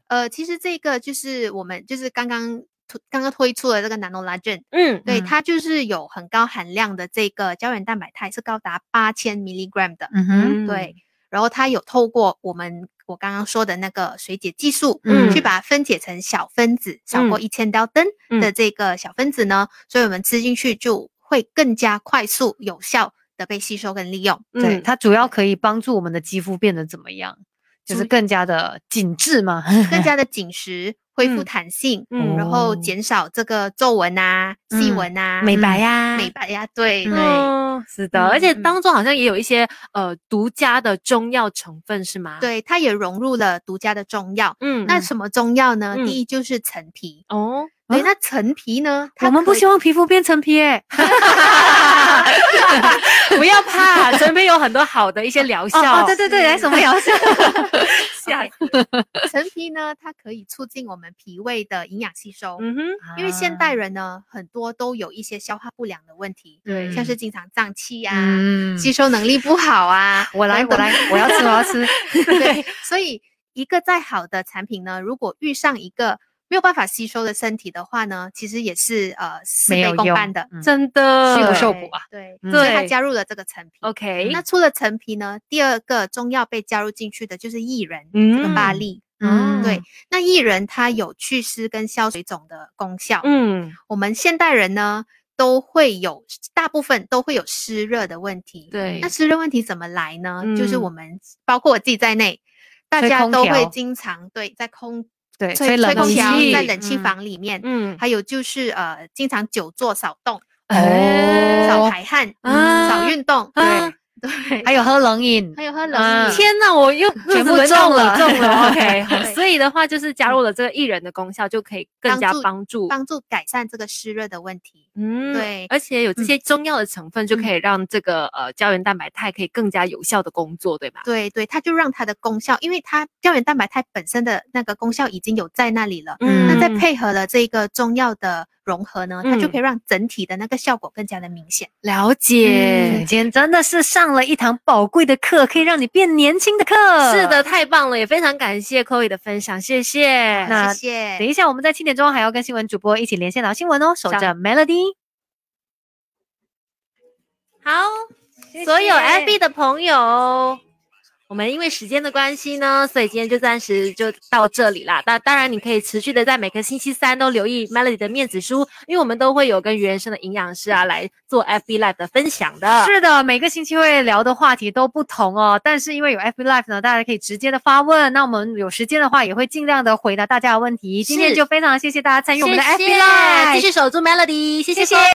Speaker 4: 呃，其实这个就是我们就是刚刚推刚刚推出的这个 Nano Legend，
Speaker 1: 嗯
Speaker 4: 对、
Speaker 2: 嗯
Speaker 4: 它就是有很高含量的这个胶原蛋白肽，是高达八千 milligram 的。
Speaker 2: 嗯哼，
Speaker 1: 嗯
Speaker 4: 对，然后它有透过我们我刚刚说的那个水解技术，
Speaker 1: 嗯
Speaker 4: 去把它分解成小分子，少过一千dalton
Speaker 1: 嗯
Speaker 4: 的这个小分子呢，所以我们吃进去就会更加快速有效的被吸收跟 利用。
Speaker 2: 对，
Speaker 1: 嗯
Speaker 2: 它主要可以帮助我们的肌肤变得怎么样？就是
Speaker 4: 主
Speaker 2: 更加的紧致嘛。
Speaker 4: 更加的紧实，恢复
Speaker 1: 嗯
Speaker 4: 弹性，
Speaker 1: 嗯
Speaker 4: 然后
Speaker 2: 哦
Speaker 4: 减少这个皱纹啊、细
Speaker 2: 嗯
Speaker 4: 纹啊、
Speaker 2: 美白
Speaker 4: 呀、
Speaker 2: 呀、
Speaker 4: 美白呀、对对。
Speaker 1: 嗯，是的，而且
Speaker 4: 嗯嗯
Speaker 1: 当中好像也有一些呃独家的中药成分是吗？，
Speaker 4: 对，它也融入了独家的中药。
Speaker 1: 嗯，
Speaker 4: 那什么中药呢？
Speaker 1: 嗯
Speaker 4: 第一就是陈皮。
Speaker 1: 哦，
Speaker 4: 对，那陈皮呢？它
Speaker 2: 我们不
Speaker 4: 可以
Speaker 2: 希望皮肤变成 皮、欸，
Speaker 1: 不要怕，身边有很多好的一些疗效。
Speaker 2: 哦，对对对，来什么疗效？
Speaker 1: 下，
Speaker 4: 陈皮呢，它可以促进我们脾胃的营养吸收。
Speaker 1: 嗯哼，
Speaker 4: 因为现代
Speaker 2: 人
Speaker 4: 人呢，很多都有一些消化不良的问题，
Speaker 2: 对
Speaker 4: 像是经常胀气呀、
Speaker 2: 嗯，。
Speaker 4: 吸收能力不好啊
Speaker 2: 我来
Speaker 4: 等
Speaker 2: 我
Speaker 4: 等
Speaker 2: 来，我要吃我要 吃，
Speaker 4: 对，所以一个再好的产品呢，如果遇上一个没有办法吸收的身体的话呢，其实也是呃事
Speaker 2: 没有
Speaker 4: 倍功
Speaker 2: 用
Speaker 4: 半的。
Speaker 2: 嗯
Speaker 1: 真的
Speaker 2: 虚
Speaker 4: 对
Speaker 2: 不受补啊。
Speaker 4: 对，
Speaker 2: 嗯
Speaker 4: 所以它
Speaker 1: 对
Speaker 4: 加入了这个陈皮。
Speaker 1: OK，
Speaker 4: 那除了陈皮呢，第二个中药被加入进去的就是薏仁，这个巴
Speaker 1: 嗯
Speaker 4: 粒。
Speaker 2: 嗯
Speaker 4: 对，那薏仁它有祛湿跟消水肿的功效。
Speaker 1: 嗯，
Speaker 4: 我们现代人呢都会有，大部分都会有湿热的问题。
Speaker 1: 对
Speaker 4: 那湿热问题怎么来呢？就是我
Speaker 1: 嗯
Speaker 4: 们包括我自己在内，大
Speaker 2: 吹
Speaker 4: 家
Speaker 2: 空
Speaker 4: 都会
Speaker 2: 调
Speaker 4: 经常对在空
Speaker 2: 对，
Speaker 4: 吹
Speaker 2: 冷
Speaker 4: 空
Speaker 1: 气
Speaker 4: 调，
Speaker 1: 气
Speaker 4: 在冷气
Speaker 2: 嗯
Speaker 4: 房里面，
Speaker 1: 嗯，
Speaker 4: 还有就是呃经常久坐少动，
Speaker 2: 哦
Speaker 4: 少排汗，
Speaker 1: 啊
Speaker 4: 少运动，
Speaker 1: 啊
Speaker 4: 对对，
Speaker 2: 还有喝冷饮，
Speaker 4: 还有喝
Speaker 2: 啊
Speaker 4: 冷饮。
Speaker 1: 天哪，我又
Speaker 2: 全部
Speaker 1: 轮到
Speaker 2: 中
Speaker 1: 我
Speaker 2: 了
Speaker 1: 中 了，OK 好。
Speaker 4: 对
Speaker 1: 所以的话，就是加入了这个薏仁的功效，就可以更加帮助。
Speaker 4: 帮助改善这个湿热的问题。
Speaker 1: 嗯
Speaker 4: 对
Speaker 1: 而且有这些中药的成分，就可以让这个呃胶原蛋白肽可以更加有效的工作，对吧？
Speaker 4: 对对，它就让它的功效，因为它胶原蛋白肽本身的那个功效已经有在那里了，
Speaker 2: 嗯
Speaker 4: 那再配合了这个中药的融合呢，它就
Speaker 1: 嗯
Speaker 4: 可以让整体的那个效果更加的明显。
Speaker 1: 了
Speaker 2: 嗯
Speaker 1: 解
Speaker 2: 今。天真的是上了一堂宝贵的课，可以让你变年轻的课。
Speaker 1: 是的，，太棒了，也非常感谢 Chloe 的分享，谢谢。
Speaker 2: 那
Speaker 4: 谢谢。
Speaker 2: 等一下我们在七点钟还要跟新闻主播一起连线聊新闻哦，守
Speaker 1: 上
Speaker 2: 着 Melody。
Speaker 1: 好，所有 FB 的朋友，我们因为时间的关系呢，所以今天就暂时就到这里啦。那当然，你可以持续的在每个星期三都留意 Melody 的面子书，因为我们都会有跟原生的营养师啊来做 FB Live 的分享的。
Speaker 2: 是的，每个星期会聊的话题都不同哦，但是因为有 FB Live 呢，大家可以直接的发问，那我们有时间的话也会尽量的回答大家的问题。今天
Speaker 1: 是
Speaker 2: 就非常谢谢大家参与我们的
Speaker 1: 谢
Speaker 2: FB
Speaker 1: 谢
Speaker 2: Live，
Speaker 1: 继续守住 Melody，谢谢
Speaker 2: 谢谢
Speaker 1: Chloe